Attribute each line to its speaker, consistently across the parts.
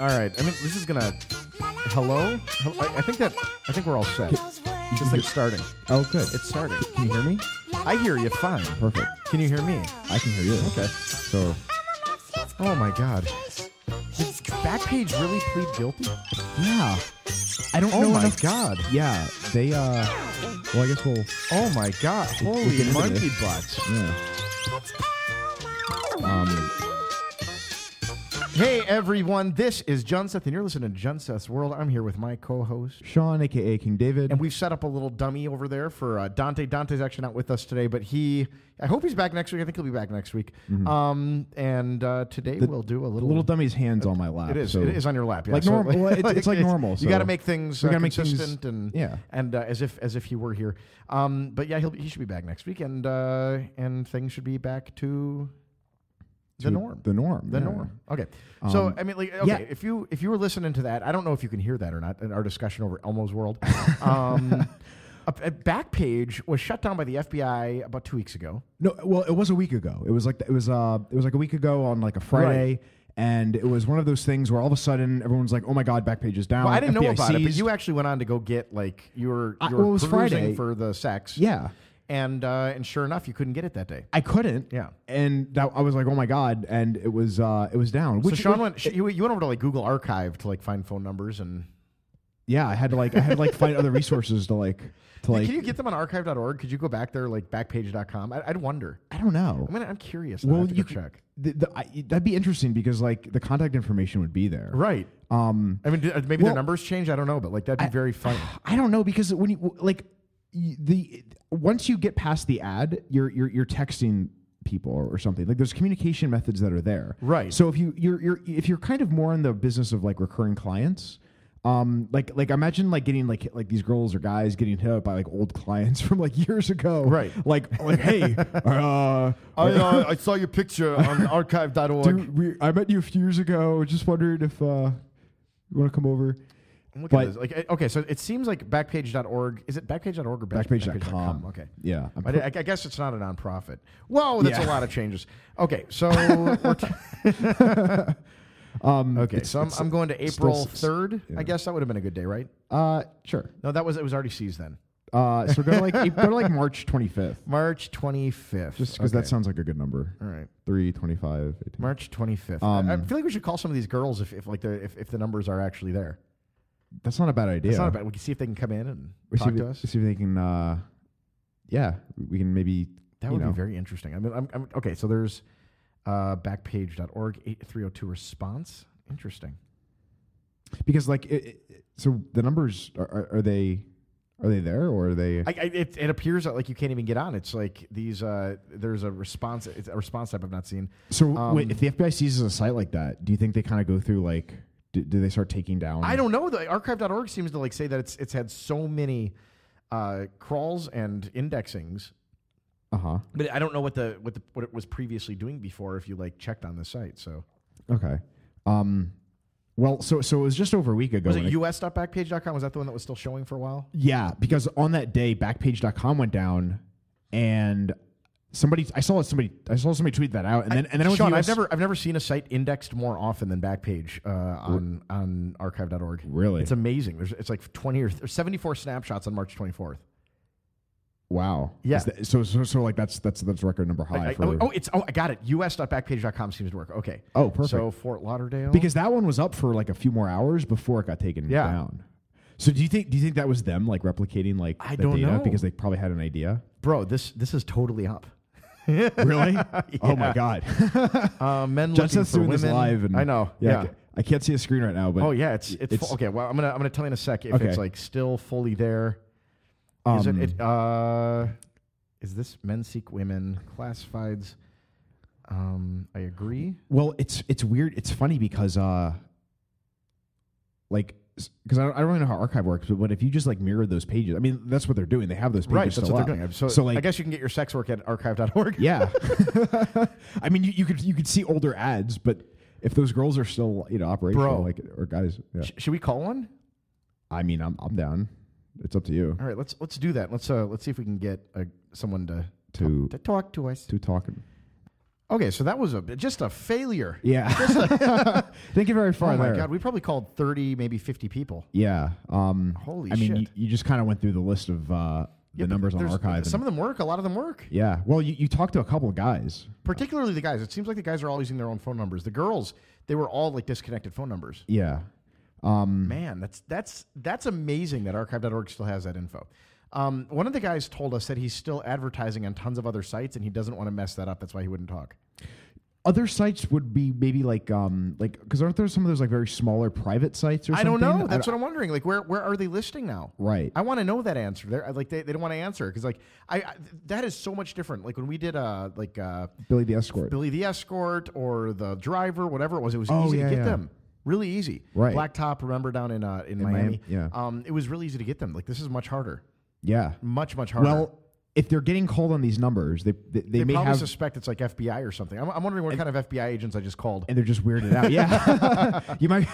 Speaker 1: All right. I mean, this is gonna. Hello. Hel- I, I think that. I think we're all set. Just like starting.
Speaker 2: Oh, good.
Speaker 1: It's starting.
Speaker 2: Can you hear me?
Speaker 1: I hear you fine.
Speaker 2: Perfect.
Speaker 1: Can you hear me?
Speaker 2: I can hear you.
Speaker 1: Okay.
Speaker 2: So
Speaker 1: Oh my God. Did Backpage really plead guilty?
Speaker 2: yeah, I don't
Speaker 1: Oh
Speaker 2: know
Speaker 1: my
Speaker 2: enough.
Speaker 1: God.
Speaker 2: Yeah, they. uh Well, I guess we'll.
Speaker 1: Oh my God.
Speaker 2: we'll
Speaker 1: Holy
Speaker 2: get into
Speaker 1: monkey
Speaker 2: this.
Speaker 1: butts.
Speaker 2: Yeah. Um.
Speaker 1: Hey everyone, this is John Seth, and you're listening to John Seth's World. I'm here with my co-host,
Speaker 2: Sean, aka King David.
Speaker 1: and we've set up a little dummy over there for uh, Dante. Dante's actually not with us today, but he, I hope he's back next week. I think he'll be back next week. Um, and uh, today
Speaker 2: The-
Speaker 1: we'll do a
Speaker 2: the
Speaker 1: little,
Speaker 2: little dummy's hands on my lap.
Speaker 1: It is.
Speaker 2: so-
Speaker 1: It is on your lap. Yeah.
Speaker 2: Like norm- well, it's- it's like normal,
Speaker 1: You
Speaker 2: so
Speaker 1: got to make things
Speaker 2: we
Speaker 1: uh,
Speaker 2: gotta make things-
Speaker 1: consistent and
Speaker 2: yeah.
Speaker 1: and uh, as if as if he were here. Um, but yeah, he'll be, he should be back next week, and uh, and things should be back to the
Speaker 2: to
Speaker 1: norm.
Speaker 2: The norm.
Speaker 1: The
Speaker 2: yeah.
Speaker 1: norm. Okay. So
Speaker 2: Um,
Speaker 1: I mean, like, okay,
Speaker 2: yeah.
Speaker 1: if you if you were listening to that, I don't know if you can hear that or not. In our discussion over Elmo's World, um, a, a Backpage was shut down by the FBI about two weeks ago.
Speaker 2: No, well, it was a week ago. It was like it was uh it was like a week ago on like a Friday. And it was one of those things where all of a sudden everyone's like, "Oh my God, Backpage is down."
Speaker 1: Well, I didn't know
Speaker 2: FBI
Speaker 1: about it, but
Speaker 2: seized.
Speaker 1: you actually went on to go get like you were
Speaker 2: I-
Speaker 1: you
Speaker 2: well,
Speaker 1: were
Speaker 2: it was
Speaker 1: perusing
Speaker 2: Friday.
Speaker 1: for the sex.
Speaker 2: yeah,
Speaker 1: and uh, and sure enough, you couldn't get it that day.
Speaker 2: I couldn't.
Speaker 1: Yeah.
Speaker 2: and that, I was like, "Oh my God!" And it was uh it was down. Which
Speaker 1: so Sean
Speaker 2: which-
Speaker 1: went. sh you, you went over to like Google Archive to like find phone numbers and.
Speaker 2: yeah, I had to like I had to like find other resources to like to like.
Speaker 1: Can you get them on archive.org? Could you go back there like backpage.com? I, I'd wonder.
Speaker 2: I don't know.
Speaker 1: I mean, I'm curious. Well,
Speaker 2: well,
Speaker 1: have to
Speaker 2: you
Speaker 1: go
Speaker 2: c-
Speaker 1: check.
Speaker 2: The, the, I, that'd be interesting because like the contact information would be there.
Speaker 1: Right.
Speaker 2: Um,
Speaker 1: I mean, d- uh, maybe
Speaker 2: Well-
Speaker 1: their numbers change. I don't know, but like that'd be very funny.
Speaker 2: I don't know because when you like y- the once you get past the ad, you're you're, you're texting people or, or something. Like there's communication methods that are there.
Speaker 1: Right.
Speaker 2: So if you you're, you're if you're kind of more in the business of like recurring clients. Um, like, like imagine like getting like hit- like these girls or guys getting hit up by like old clients from like years ago,
Speaker 1: Right.
Speaker 2: Like, like hey, uh,
Speaker 1: uh, I saw your picture on archive.org.
Speaker 2: do we, I met you a few years ago. Just wondered if uh, you want to come over.
Speaker 1: Look at
Speaker 2: but-
Speaker 1: this. Like, uh, okay, so it seems like backpage.org. Is it backpage.org or back-
Speaker 2: Backpage.com.
Speaker 1: Okay.
Speaker 2: Yeah, I'm
Speaker 1: But I, I guess it's not a nonprofit. Whoa, that's a
Speaker 2: Yeah.
Speaker 1: lot of changes. Okay, so we're t-
Speaker 2: Um,
Speaker 1: okay,
Speaker 2: it's-
Speaker 1: so I'm,
Speaker 2: it's-
Speaker 1: I'm going to
Speaker 2: still
Speaker 1: April
Speaker 2: s-
Speaker 1: third.
Speaker 2: yeah.
Speaker 1: I guess that would have been a good day, right?
Speaker 2: uh, sure.
Speaker 1: No, that was it was already seized then.
Speaker 2: Uh, so go to like go to like March 25th,
Speaker 1: March twenty fifth.
Speaker 2: just because that sounds like a good number.
Speaker 1: all right.
Speaker 2: Three twenty-five.
Speaker 1: March twenty fifth.
Speaker 2: Um,
Speaker 1: I, I feel like we should call some of these girls if, if like the if, if the numbers are actually there.
Speaker 2: That's not a bad idea.
Speaker 1: It's not bad. We can see if they can come in and
Speaker 2: We see,
Speaker 1: talk
Speaker 2: if,
Speaker 1: to us.
Speaker 2: see if they can. Uh, yeah, we can maybe.
Speaker 1: That
Speaker 2: you
Speaker 1: would
Speaker 2: know.
Speaker 1: be very interesting. I mean, I'm, I'm okay. So there's uh, backpage.org eight three zero two response. Interesting.
Speaker 2: because like it, it, so the numbers are, are, are they are they there or are they?
Speaker 1: I, I, it, it appears that like you can't even get on. It's like these. Uh, there's a response. It's a response type I've not seen.
Speaker 2: so
Speaker 1: um,
Speaker 2: wait, if the FBI seizes a site like that, do you think they kind of go through like? Do, do they start taking down?
Speaker 1: I don't know. The archive.org seems to like say that it's it's had so many uh, crawls and indexings,
Speaker 2: Uh huh.
Speaker 1: but I don't know what the what the what it was previously doing before. If you like checked on the site, so
Speaker 2: Okay. Um. Well, so so it was just over a week ago.
Speaker 1: was
Speaker 2: when
Speaker 1: it
Speaker 2: it-
Speaker 1: us.backpage.com? Was that the one that was still showing for a while?
Speaker 2: Yeah, because on that day, Backpage.com went down, and somebody I saw somebody I saw somebody tweet that out, and then and then I went
Speaker 1: Sean,
Speaker 2: to
Speaker 1: I've
Speaker 2: US
Speaker 1: never I've never seen a site indexed more often than Backpage uh, on on archive.org.
Speaker 2: really
Speaker 1: It's amazing. There's it's like 20 or th- or 74 snapshots on March 24th.
Speaker 2: wow
Speaker 1: Yeah.
Speaker 2: Is that- so so so like that's that's that's record number
Speaker 1: I-
Speaker 2: high
Speaker 1: I-
Speaker 2: for
Speaker 1: oh, oh, it's oh, I got it. us.backpage.com seems to work. Okay.
Speaker 2: Oh, perfect.
Speaker 1: So Fort Lauderdale.
Speaker 2: because that one was up for like a few more hours before it got taken
Speaker 1: Yeah.
Speaker 2: down. So do you think do you think that was them like replicating like
Speaker 1: I
Speaker 2: the
Speaker 1: don't
Speaker 2: data
Speaker 1: know.
Speaker 2: because they probably had an idea?
Speaker 1: bro, this this is totally up.
Speaker 2: Really? Oh my god!
Speaker 1: Uh, men
Speaker 2: Judge
Speaker 1: looking
Speaker 2: Seth's
Speaker 1: for
Speaker 2: doing
Speaker 1: women.
Speaker 2: this live, and
Speaker 1: I know.
Speaker 2: Yeah,
Speaker 1: Yeah.
Speaker 2: I can't see a screen right now, but
Speaker 1: Oh yeah, it's it's,
Speaker 2: It's-
Speaker 1: full- okay. Well, I'm gonna I'm gonna tell you in a sec if
Speaker 2: Okay.
Speaker 1: it's like still fully there. Is
Speaker 2: Um,
Speaker 1: it, it uh is this men seek women classifieds? Um, I agree.
Speaker 2: Well, it's it's weird. It's funny because uh, like because I, don't- I don't really know how archive works, but, but if you just like mirror those pages, I mean that's what they're doing. They have those pages
Speaker 1: Right, that's
Speaker 2: still
Speaker 1: what they're
Speaker 2: up.
Speaker 1: doing. So,
Speaker 2: so like
Speaker 1: I guess you can get your sex work at archive.org.
Speaker 2: yeah, I mean you, you could you could see older ads, but if those girls are still you know operational,
Speaker 1: Bro.
Speaker 2: like or guys, yeah.
Speaker 1: Sh- should we call one?
Speaker 2: I mean I'm I'm down. It's up to you
Speaker 1: All right, let's let's do that. Let's uh let's see if we can get uh, someone to
Speaker 2: to
Speaker 1: to talk to us.
Speaker 2: to talk.
Speaker 1: Okay, so that was a just a failure.
Speaker 2: Yeah. Thank you very far
Speaker 1: Oh my
Speaker 2: there.
Speaker 1: god, we probably called thirty, maybe fifty people.
Speaker 2: Yeah. Um,
Speaker 1: Holy
Speaker 2: I mean,
Speaker 1: shit.
Speaker 2: you, you just kind of went through the list of uh, the
Speaker 1: Yeah, but
Speaker 2: numbers on
Speaker 1: there's-
Speaker 2: archive.
Speaker 1: Some
Speaker 2: and-
Speaker 1: of them work, a lot of them work.
Speaker 2: yeah. Well, you, you talked to a couple of guys.
Speaker 1: Particularly the guys. It seems like the guys are all using their own phone numbers. The girls, they were all like disconnected phone numbers.
Speaker 2: Yeah. Um,
Speaker 1: Man, that's that's that's amazing that archive.org still has that info. Um, one of the guys told us that he's still advertising on tons of other sites and he doesn't want to mess that up. That's why he wouldn't talk.
Speaker 2: other sites would be maybe like um like because aren't there some of those like very smaller private sites or
Speaker 1: I
Speaker 2: something?
Speaker 1: don't know. That's what I'm wondering. Like, where where are they listing now?
Speaker 2: Right.
Speaker 1: I want to know that answer. They're like they, they don't want to answer because like I, I that is so much different. Like when we did uh like uh
Speaker 2: Billy the Escort.
Speaker 1: Billy the Escort or the Driver, whatever it was. It was
Speaker 2: Oh,
Speaker 1: easy
Speaker 2: yeah,
Speaker 1: to get
Speaker 2: yeah.
Speaker 1: them. Really easy.
Speaker 2: Right.
Speaker 1: Blacktop, remember down in uh, in,
Speaker 2: Miami,
Speaker 1: Miami.
Speaker 2: yeah.
Speaker 1: Um, it was really easy to get them. Like this is much harder.
Speaker 2: yeah.
Speaker 1: Much much harder.
Speaker 2: Well, if they're getting called on these numbers, they they, they,
Speaker 1: they
Speaker 2: may
Speaker 1: probably
Speaker 2: have
Speaker 1: suspect it's like FBI or something. I'm, I'm wondering what kind of FBI agents I just called.
Speaker 2: and they're just weirded out. Yeah. you might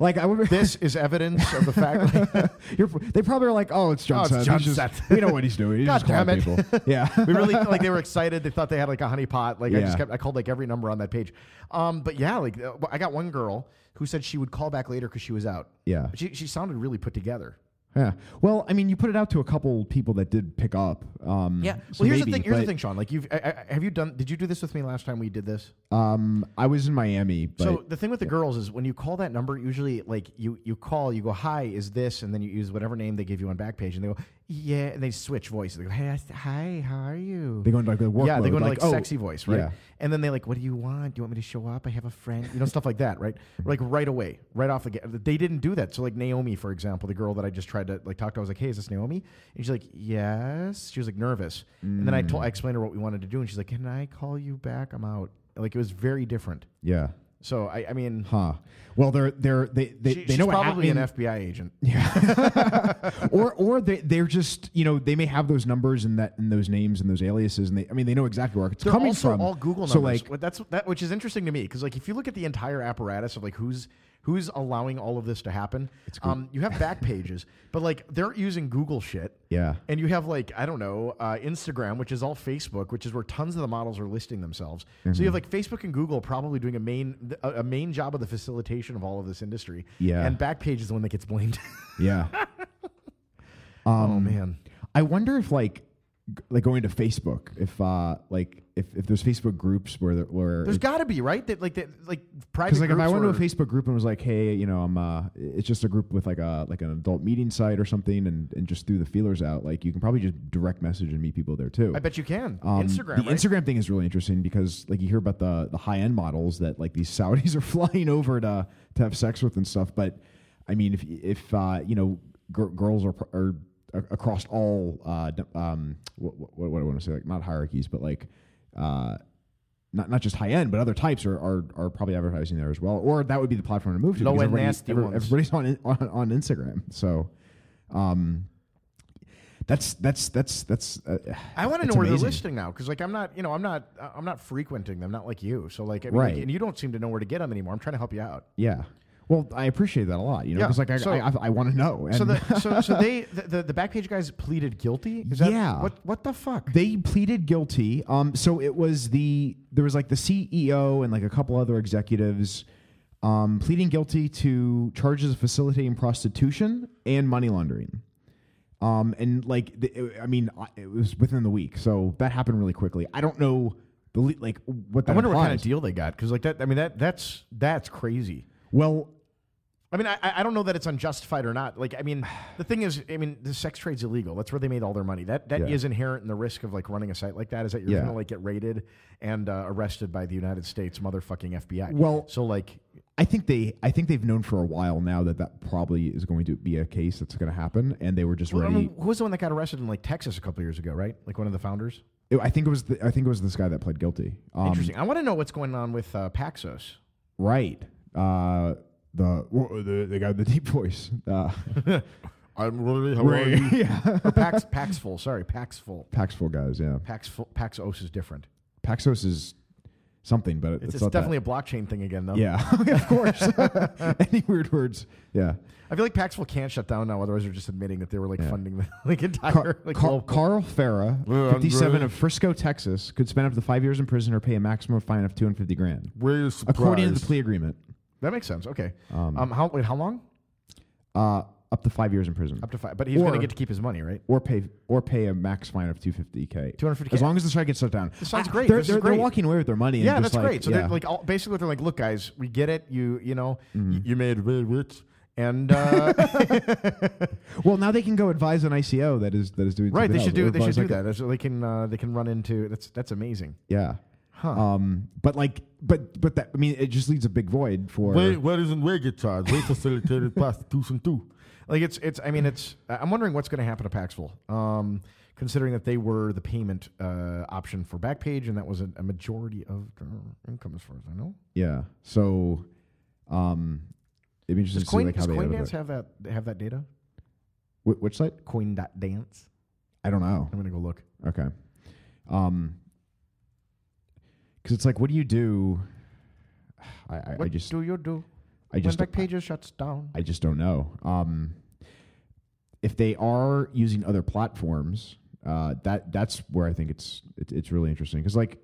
Speaker 2: like I would.
Speaker 1: this is evidence of the fact.
Speaker 2: You're, they probably are like, oh, it's John
Speaker 1: Oh, it's
Speaker 2: Seth.
Speaker 1: John
Speaker 2: He's just-
Speaker 1: Seth.
Speaker 2: we know what he's doing. He's
Speaker 1: God
Speaker 2: just calling
Speaker 1: damn it.
Speaker 2: people. Yeah.
Speaker 1: we really like they were excited. They thought they had like a honeypot. Like I
Speaker 2: Yeah.
Speaker 1: just kept I called like every number on that page. Um, but yeah, like uh, I got one girl who said she would call back later because she was out.
Speaker 2: Yeah.
Speaker 1: she she sounded really put together.
Speaker 2: Yeah. Well, I mean, you put it out to a couple people that did pick up. Um,
Speaker 1: Yeah.
Speaker 2: so
Speaker 1: well, here's
Speaker 2: maybe,
Speaker 1: the thing. Here's the
Speaker 2: but,
Speaker 1: thing, Sean. Like you've I, I, have you done? Did you do this with me last time we did this?
Speaker 2: Um, I was in Miami, but
Speaker 1: so the thing with the girls is when you call that number, usually like you you call, you go, "Hi, is this?" and then you use whatever name they give you on Backpage, and they go, "Yeah," and they switch voice. They go, "Hey, I s- hi, how are you?"
Speaker 2: they go into like the work.
Speaker 1: yeah, they go into like,
Speaker 2: oh,
Speaker 1: sexy voice, right?
Speaker 2: yeah.
Speaker 1: And then they like, what do you want? Do you want me to show up? I have a friend, you know, stuff like that, right? Like right away, right off the get. They didn't do that. So like Naomi, for example, the girl that I just tried to like talk to, I was like, hey, is this Naomi? And she's like, yes. She was like nervous, and then I told, I
Speaker 2: Mm.
Speaker 1: explained her what we wanted to do, and she's like, can I call you back? I'm out. Like it was very different.
Speaker 2: Yeah.
Speaker 1: So I, I mean,
Speaker 2: Huh. Well, they're they're they they,
Speaker 1: she-
Speaker 2: they
Speaker 1: she's
Speaker 2: know what
Speaker 1: probably
Speaker 2: happened,
Speaker 1: an FBI agent.
Speaker 2: or or they they're just you know they may have those numbers and that and those names and those aliases and they I mean they know exactly where it's
Speaker 1: They're
Speaker 2: coming
Speaker 1: also
Speaker 2: from.
Speaker 1: all Google numbers.
Speaker 2: So like
Speaker 1: What- that's that, which is interesting to me because like if you look at the entire apparatus of like who's who's allowing all of this to happen, um, you have back pages, but like they're using Google shit.
Speaker 2: yeah.
Speaker 1: And you have like I don't know uh, Instagram, which is all Facebook, which is where tons of the models are listing themselves. So you
Speaker 2: Mm-hmm.
Speaker 1: have like Facebook and Google probably doing a main a, a main job of the facilitation of all of this industry.
Speaker 2: Yeah.
Speaker 1: And Backpage is the one that gets blamed.
Speaker 2: Yeah. Um,
Speaker 1: oh man.
Speaker 2: I wonder if like g- like going to Facebook, if uh like if, if there's Facebook groups where there- where
Speaker 1: There's got to be right that like that like private.
Speaker 2: because like if I
Speaker 1: groups
Speaker 2: went to a
Speaker 1: were-
Speaker 2: Facebook group and was like, hey, you know, I'm uh, it's just a group with like a like an adult meeting site or something, and and just threw the feelers out. Like you can probably just direct message and meet people there too.
Speaker 1: I bet you can
Speaker 2: Um,
Speaker 1: Instagram.
Speaker 2: The
Speaker 1: right?
Speaker 2: Instagram thing is really interesting because like you hear about the the high end models that like these Saudis are flying over to to have sex with and stuff. But I mean, if if uh, you know gir girls are pr- are a- across all uh, d- um what, what, what do I want to say like not hierarchies but like uh. Not, not just high end, but other types are, are, are probably advertising there as well. Or that would be the platform to move to.
Speaker 1: Low
Speaker 2: because
Speaker 1: end
Speaker 2: everybody-
Speaker 1: nasty
Speaker 2: every-
Speaker 1: ones.
Speaker 2: Everybody's on, in- on on Instagram, so um, that's that's that's that's. Uh,
Speaker 1: I want to
Speaker 2: it's
Speaker 1: know where
Speaker 2: amazing.
Speaker 1: they're listing now because, like, I'm not, you know, I'm not, uh, I'm not frequenting them, not like you. So, like, I mean,
Speaker 2: Right.
Speaker 1: and you don't seem to know where to get them anymore. I'm trying to help you out.
Speaker 2: Yeah. Well, I appreciate that a lot. You know,
Speaker 1: Yeah,
Speaker 2: because like I,
Speaker 1: so-
Speaker 2: I, I, want to know. And
Speaker 1: So the, so, so they, the, the, the Backpage guys pleaded guilty. Is that,
Speaker 2: Yeah.
Speaker 1: What, what the fuck?
Speaker 2: they pleaded guilty. Um, so it was the there was like the CEO and like a couple other executives, um, pleading guilty to charges of facilitating prostitution and money laundering. Um, and like, the, I mean, I- it was within the week, so that happened really quickly. I don't know the le- like what that
Speaker 1: I wonder what kind
Speaker 2: implies.
Speaker 1: of deal they got because, like, that. I mean, that that's that's crazy.
Speaker 2: Well,
Speaker 1: I mean, I, I I don't know that it's unjustified or not. Like, I mean, the thing is, I mean, the sex trade's illegal. That's where they made all their money. That that is
Speaker 2: Yeah.
Speaker 1: inherent in the risk of like running a site like that. Is that you're
Speaker 2: Yeah.
Speaker 1: gonna like get raided and uh, arrested by the United States motherfucking FBI?
Speaker 2: Well-
Speaker 1: so like,
Speaker 2: I think they I think they've known for a while now that that probably is going to be a case that's going to happen, and they were just
Speaker 1: Well, I
Speaker 2: ready.
Speaker 1: mean, who was the one that got arrested in like Texas a couple years ago, right? Like one of the founders.
Speaker 2: It- I think it was the, I think it was this guy that pled guilty. Um,
Speaker 1: Interesting. I want to know what's going on with uh, Paxos.
Speaker 2: Right. Uh, the, wha- the the guy with the deep voice. Uh,
Speaker 1: I'm really
Speaker 2: yeah.
Speaker 1: or Pax Paxful. Sorry, Paxful.
Speaker 2: Paxful guys. Yeah.
Speaker 1: Paxful. Paxos is different.
Speaker 2: Paxos is something, but it's,
Speaker 1: It's, it's
Speaker 2: not that.
Speaker 1: definitely a blockchain thing again, though.
Speaker 2: yeah, of course. Any weird words? Yeah.
Speaker 1: I feel like Paxful can't shut down now. Otherwise, they're just admitting that they were like
Speaker 2: Yeah.
Speaker 1: funding the like entire
Speaker 2: Car-
Speaker 1: like Uh,
Speaker 2: Car-
Speaker 1: global-
Speaker 2: Carl Farah,
Speaker 3: Yeah, I'm
Speaker 2: 57
Speaker 3: ready.
Speaker 2: of Frisco, Texas, could spend up to five years in prison or pay a maximum fine of 250 grand,
Speaker 3: Where is surprise?
Speaker 2: according to the plea agreement.
Speaker 1: That makes sense. Okay.
Speaker 2: Um,
Speaker 1: Um, how wait? How long?
Speaker 2: Uh, up to five years in prison,
Speaker 1: Up to five. But he's going
Speaker 2: Or-
Speaker 1: to get to keep his money, right?
Speaker 2: or pay or pay a max fine of 250k.
Speaker 1: 250K.
Speaker 2: As long as the strike gets shut down.
Speaker 1: This sounds
Speaker 2: I-
Speaker 1: great.
Speaker 2: They're,
Speaker 1: This is
Speaker 2: they're, they're
Speaker 1: great.
Speaker 2: walking away with their money. and
Speaker 1: Yeah,
Speaker 2: just
Speaker 1: that's
Speaker 2: like-
Speaker 1: great. So
Speaker 2: yeah.
Speaker 1: they're like all, basically they're like, look, guys, we get it. You you know,
Speaker 2: Mm.
Speaker 3: Y- You made very rich.
Speaker 1: and uh,
Speaker 2: well, now they can go advise an ICO that is that is doing
Speaker 1: right,
Speaker 2: something
Speaker 1: they should
Speaker 2: else,
Speaker 1: do
Speaker 2: or
Speaker 1: they should
Speaker 2: advise,
Speaker 1: do
Speaker 2: like,
Speaker 1: that. That's, they can uh, they can run into that's that's amazing.
Speaker 2: Yeah.
Speaker 1: Huh.
Speaker 2: Um, but like, but but that I mean, it just leaves a big void for.
Speaker 3: Where, where isn't where get charged? Where facilitated prostitution too?
Speaker 1: Like it's it's. I mean, it's. I'm wondering what's going to happen to Paxful, um, considering that they were the payment uh, option for Backpage, and that was a, a majority of their income, as far as I know.
Speaker 2: Yeah. So, um, it'd be interesting
Speaker 1: Does
Speaker 2: to see
Speaker 1: Coin,
Speaker 2: like how
Speaker 1: does
Speaker 2: they edit it.
Speaker 1: Coindance have that have that data?
Speaker 2: Wh- which site?
Speaker 1: Coin.dance.
Speaker 2: I don't know.
Speaker 1: I'm gonna go look.
Speaker 2: Okay. Um, because it's like, what do you do? I, I, I
Speaker 1: What
Speaker 2: just,
Speaker 1: do you do
Speaker 2: I just,
Speaker 1: when Backpage shuts down?
Speaker 2: I just don't know. Um, if they are using other platforms, uh, that that's where I think it's it, it's really interesting because like,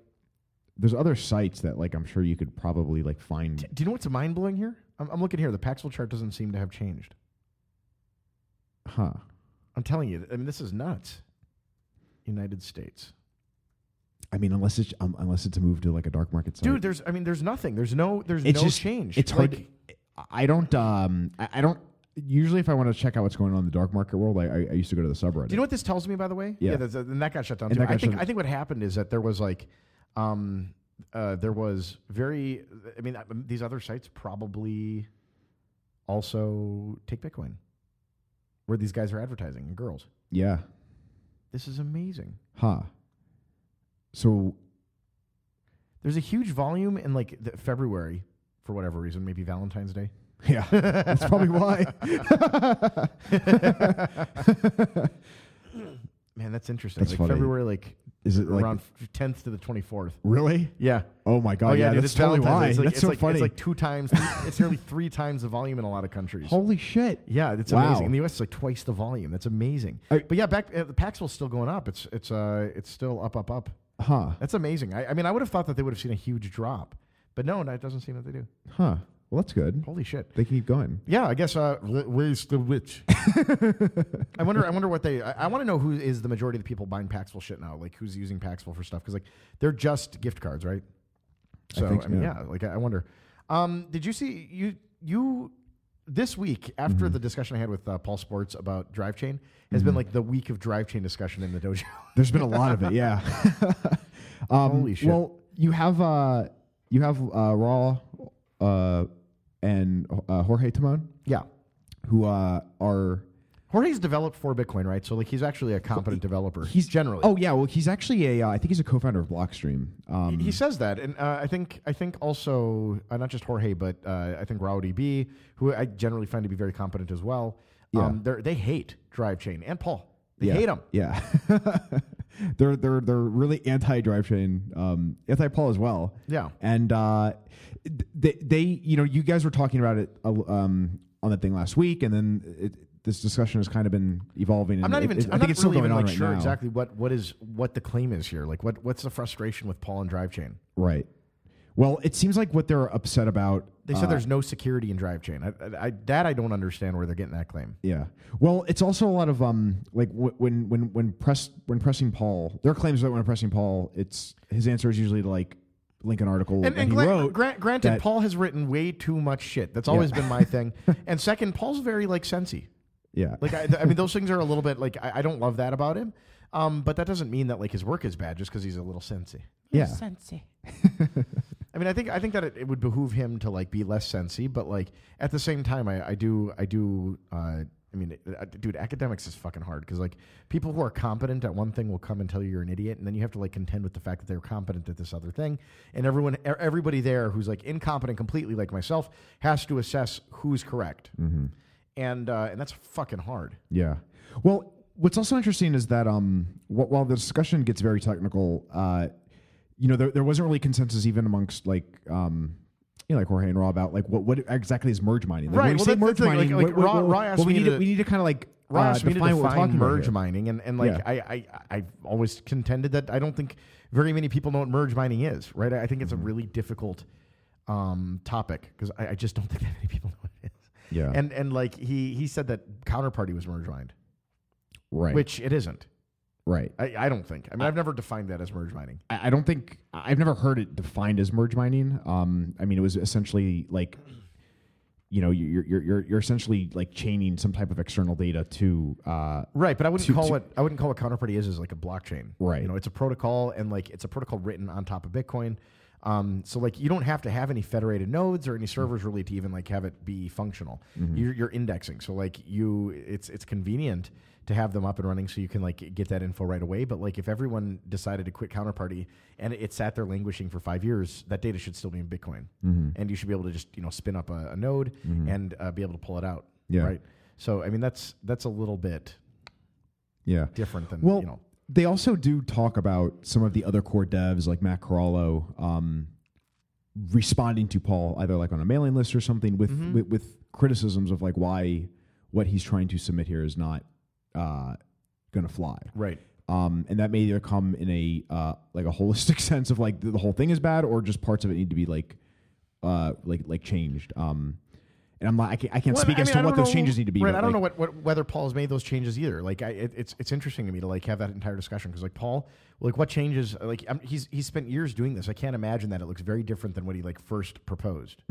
Speaker 2: there's other sites that like I'm sure you could probably like find.
Speaker 1: Do you know what's mind blowing here? I'm, I'm looking here. The Paxful chart doesn't seem to have changed.
Speaker 2: Huh.
Speaker 1: I'm telling you. I mean, this is nuts. United States,
Speaker 2: I mean, unless it's um, unless it's a move to like a dark market site,
Speaker 1: dude. There's. I mean, there's nothing. There's no. There's
Speaker 2: it's
Speaker 1: no
Speaker 2: just
Speaker 1: change.
Speaker 2: It's
Speaker 1: Like,
Speaker 2: hard. I don't. Um, I, I don't. Usually, if I want to check out what's going on in the dark market world, I, I, I used to go to the subreddit.
Speaker 1: Do you know what this tells me, by the way?
Speaker 2: Yeah.
Speaker 1: that's- uh, and that got shut down
Speaker 2: And
Speaker 1: too.
Speaker 2: that got
Speaker 1: I think
Speaker 2: shut-
Speaker 1: I think what happened is that there was like, um, uh, there was very. I mean, uh, these other sites probably also take Bitcoin, where these guys are advertising and girls.
Speaker 2: yeah.
Speaker 1: This is amazing.
Speaker 2: Huh. So
Speaker 1: There's a huge volume in like the February for whatever reason, maybe Valentine's Day.
Speaker 2: yeah, that's probably why.
Speaker 1: Man, that's interesting.
Speaker 2: That's
Speaker 1: like
Speaker 2: funny.
Speaker 1: February, like,
Speaker 2: Is it like
Speaker 1: around tenth to the twenty fourth.
Speaker 2: really?
Speaker 1: Yeah.
Speaker 2: Oh my god!
Speaker 1: Oh yeah, dude,
Speaker 2: that's
Speaker 1: it's
Speaker 2: probably
Speaker 1: Valentine's Day. It's like,
Speaker 2: why. that's
Speaker 1: it's
Speaker 2: so
Speaker 1: like,
Speaker 2: funny.
Speaker 1: It's like two times. it's nearly three times the volume in a lot of countries.
Speaker 2: Holy shit!
Speaker 1: Yeah, it's
Speaker 2: Wow.
Speaker 1: amazing. In the U.S., it's like twice the volume. That's amazing.
Speaker 2: I-
Speaker 1: but yeah, back uh, the Paxful's still going up. It's it's uh it's still up up up.
Speaker 2: Huh?
Speaker 1: That's amazing. I, I mean, I would have thought that they would have seen a huge drop, but no, no, it doesn't seem that they do.
Speaker 2: Huh? Well, that's good.
Speaker 1: Holy shit.
Speaker 2: They keep going.
Speaker 1: Yeah, I guess. Uh,
Speaker 3: Where, where's the rich?
Speaker 1: I wonder. I wonder what they. I, I want to know who is the majority of the people buying Paxful shit now. Like who's using Paxful for stuff? Because like they're just gift cards, right? So I,
Speaker 2: think so,
Speaker 1: mean,
Speaker 2: yeah.
Speaker 1: yeah. Like I, I wonder. Um, did you see you you this week after
Speaker 2: Mm-hmm.
Speaker 1: the discussion I had with uh, Paul Sports about Drive Chain has been like the week of Drive Chain discussion in the dojo.
Speaker 2: There's been a lot of it, yeah. um,
Speaker 1: Holy shit.
Speaker 2: Well, you have uh, you have uh, Raw uh, and uh, Jorge Timon,
Speaker 1: yeah,
Speaker 2: who uh, are
Speaker 1: Jorge's developed for Bitcoin, right? So like he's actually a competent developer.
Speaker 2: he's
Speaker 1: generally.
Speaker 2: Oh yeah, well he's actually a uh, I think he's a co-founder of Blockstream. Um,
Speaker 1: He- he says that, and uh, I think I think also uh, not just Jorge, but uh, I think Raudi B, who I generally find to be very competent as well. Um, they're- they hate Drive Chain and Paul. They
Speaker 2: yeah,
Speaker 1: hate him.
Speaker 2: Yeah, they're they're they're really anti drivetrain, um, anti Paul as well.
Speaker 1: Yeah.
Speaker 2: and uh, th- they they you know you guys were talking about it uh, um, on that thing last week, and then it, this discussion has kind of been evolving. and
Speaker 1: I'm not
Speaker 2: it-
Speaker 1: even.
Speaker 2: it-
Speaker 1: I'm
Speaker 2: I think
Speaker 1: not
Speaker 2: it's still
Speaker 1: really
Speaker 2: going
Speaker 1: even
Speaker 2: on
Speaker 1: like
Speaker 2: right
Speaker 1: sure
Speaker 2: now.
Speaker 1: exactly what what is what the claim is here. Like what what's the frustration with Paul and Drive Chain?
Speaker 2: Right. Well, it seems like what they're upset about.
Speaker 1: They
Speaker 2: uh,
Speaker 1: said there's no security in Drive Chain. I, I, I, that I don't understand where they're getting that claim.
Speaker 2: Yeah. Well, it's also a lot of um, like w- when when when press when pressing Paul, their claims that when pressing Paul, it's his answer is usually to like link an article
Speaker 1: And,
Speaker 2: that
Speaker 1: and
Speaker 2: he
Speaker 1: glan-
Speaker 2: wrote.
Speaker 1: grant, granted,
Speaker 2: that-
Speaker 1: Paul has written way too much shit. That's always been my thing. and second, Paul's very like sensy.
Speaker 2: yeah.
Speaker 1: Like I, I mean, those things are a little bit like I, I don't love that about him. Um, but that doesn't mean that like his work is bad just because he's a little sensy.
Speaker 2: yeah.
Speaker 1: I mean, I think I think that it, it would behoove him to like be less sensy, but like at the same time, I, I do I do. Uh, I mean, uh, dude, academics is fucking hard because like people who are competent at one thing will come and tell you you're an idiot, and then you have to like contend with the fact that they're competent at this other thing, and everyone e- everybody there who's like incompetent completely, like myself, has to assess who's correct, and uh, and that's fucking hard.
Speaker 2: Mm-hmm. Yeah. Well, what's also interesting is that um, wh- while the discussion gets very technical, uh, you know, there, there wasn't really consensus even amongst like, um, you know, like Jorge and Raw about like what, what exactly is merge mining. Like,
Speaker 1: Right,
Speaker 2: when we
Speaker 1: well,
Speaker 2: say
Speaker 1: that's the
Speaker 2: merge
Speaker 1: thing,
Speaker 2: mining.
Speaker 1: like- like
Speaker 2: what-
Speaker 1: Raw-
Speaker 2: what-
Speaker 1: Raw asked
Speaker 2: well, we
Speaker 1: me
Speaker 2: need
Speaker 1: to-
Speaker 2: we need to kind of like uh,
Speaker 1: Ross, we need to
Speaker 2: define what we're
Speaker 1: define
Speaker 2: talking about
Speaker 1: merge
Speaker 2: here.
Speaker 1: mining, and, and like
Speaker 2: Yeah.
Speaker 1: I, I I've always contended that I don't think very many people know what merge mining is, right? I I think it's
Speaker 2: Mm-hmm.
Speaker 1: a really difficult um, topic because I, I just don't think that many people know what it is.
Speaker 2: Yeah.
Speaker 1: And and like he he said that counterparty was merge mined,
Speaker 2: Right.
Speaker 1: which it isn't.
Speaker 2: right.
Speaker 1: I, I don't think. I mean, I've never defined that as merge mining.
Speaker 2: I I don't think I- I've never heard it defined as merge mining. Um, I mean, it was essentially like, you know, you're you're you're, you're essentially like chaining some type of external data to. Uh,
Speaker 1: Right, but I wouldn't
Speaker 2: To-
Speaker 1: call
Speaker 2: to-
Speaker 1: it. I wouldn't call what counterparty is is like a blockchain.
Speaker 2: Right.
Speaker 1: You know, it's a protocol, and like it's a protocol written on top of Bitcoin. Um, so like you don't have to have any federated nodes or any
Speaker 2: Mm-hmm.
Speaker 1: servers really to even like have it be functional. You're, you're indexing, so like you, it's it's convenient to have them up and running so you can like get that info right away. But like if everyone decided to quit counterparty and it sat there languishing for five years, that data should still be in Bitcoin,
Speaker 2: Mm-hmm.
Speaker 1: and you should be able to just you know spin up a, a node and uh, be able to pull it out.
Speaker 2: Yeah.
Speaker 1: Right. So I mean that's that's a little bit
Speaker 2: yeah.
Speaker 1: different than
Speaker 2: Well,
Speaker 1: you know.
Speaker 2: they also do talk about some of the other core devs like Matt Carallo um, responding to Paul either like on a mailing list or something with,
Speaker 1: Mm-hmm.
Speaker 2: with with criticisms of like why what he's trying to submit here is not uh, going to fly.
Speaker 1: Right.
Speaker 2: Um, and that may either come in a uh, like a holistic sense of like the, the whole thing is bad, or just parts of it need to be like uh, like like changed. Um, and I'm not, I can't, I can't speak as to what those changes need to be.
Speaker 1: Right.
Speaker 2: but,
Speaker 1: I don't know
Speaker 2: like,
Speaker 1: what, what whether Paul's made those changes either. Like, I, it, it's it's interesting to me to like have that entire discussion because like Paul, like what changes? Like I'm, he's he's spent years doing this. I can't imagine that it looks very different than what he like first proposed.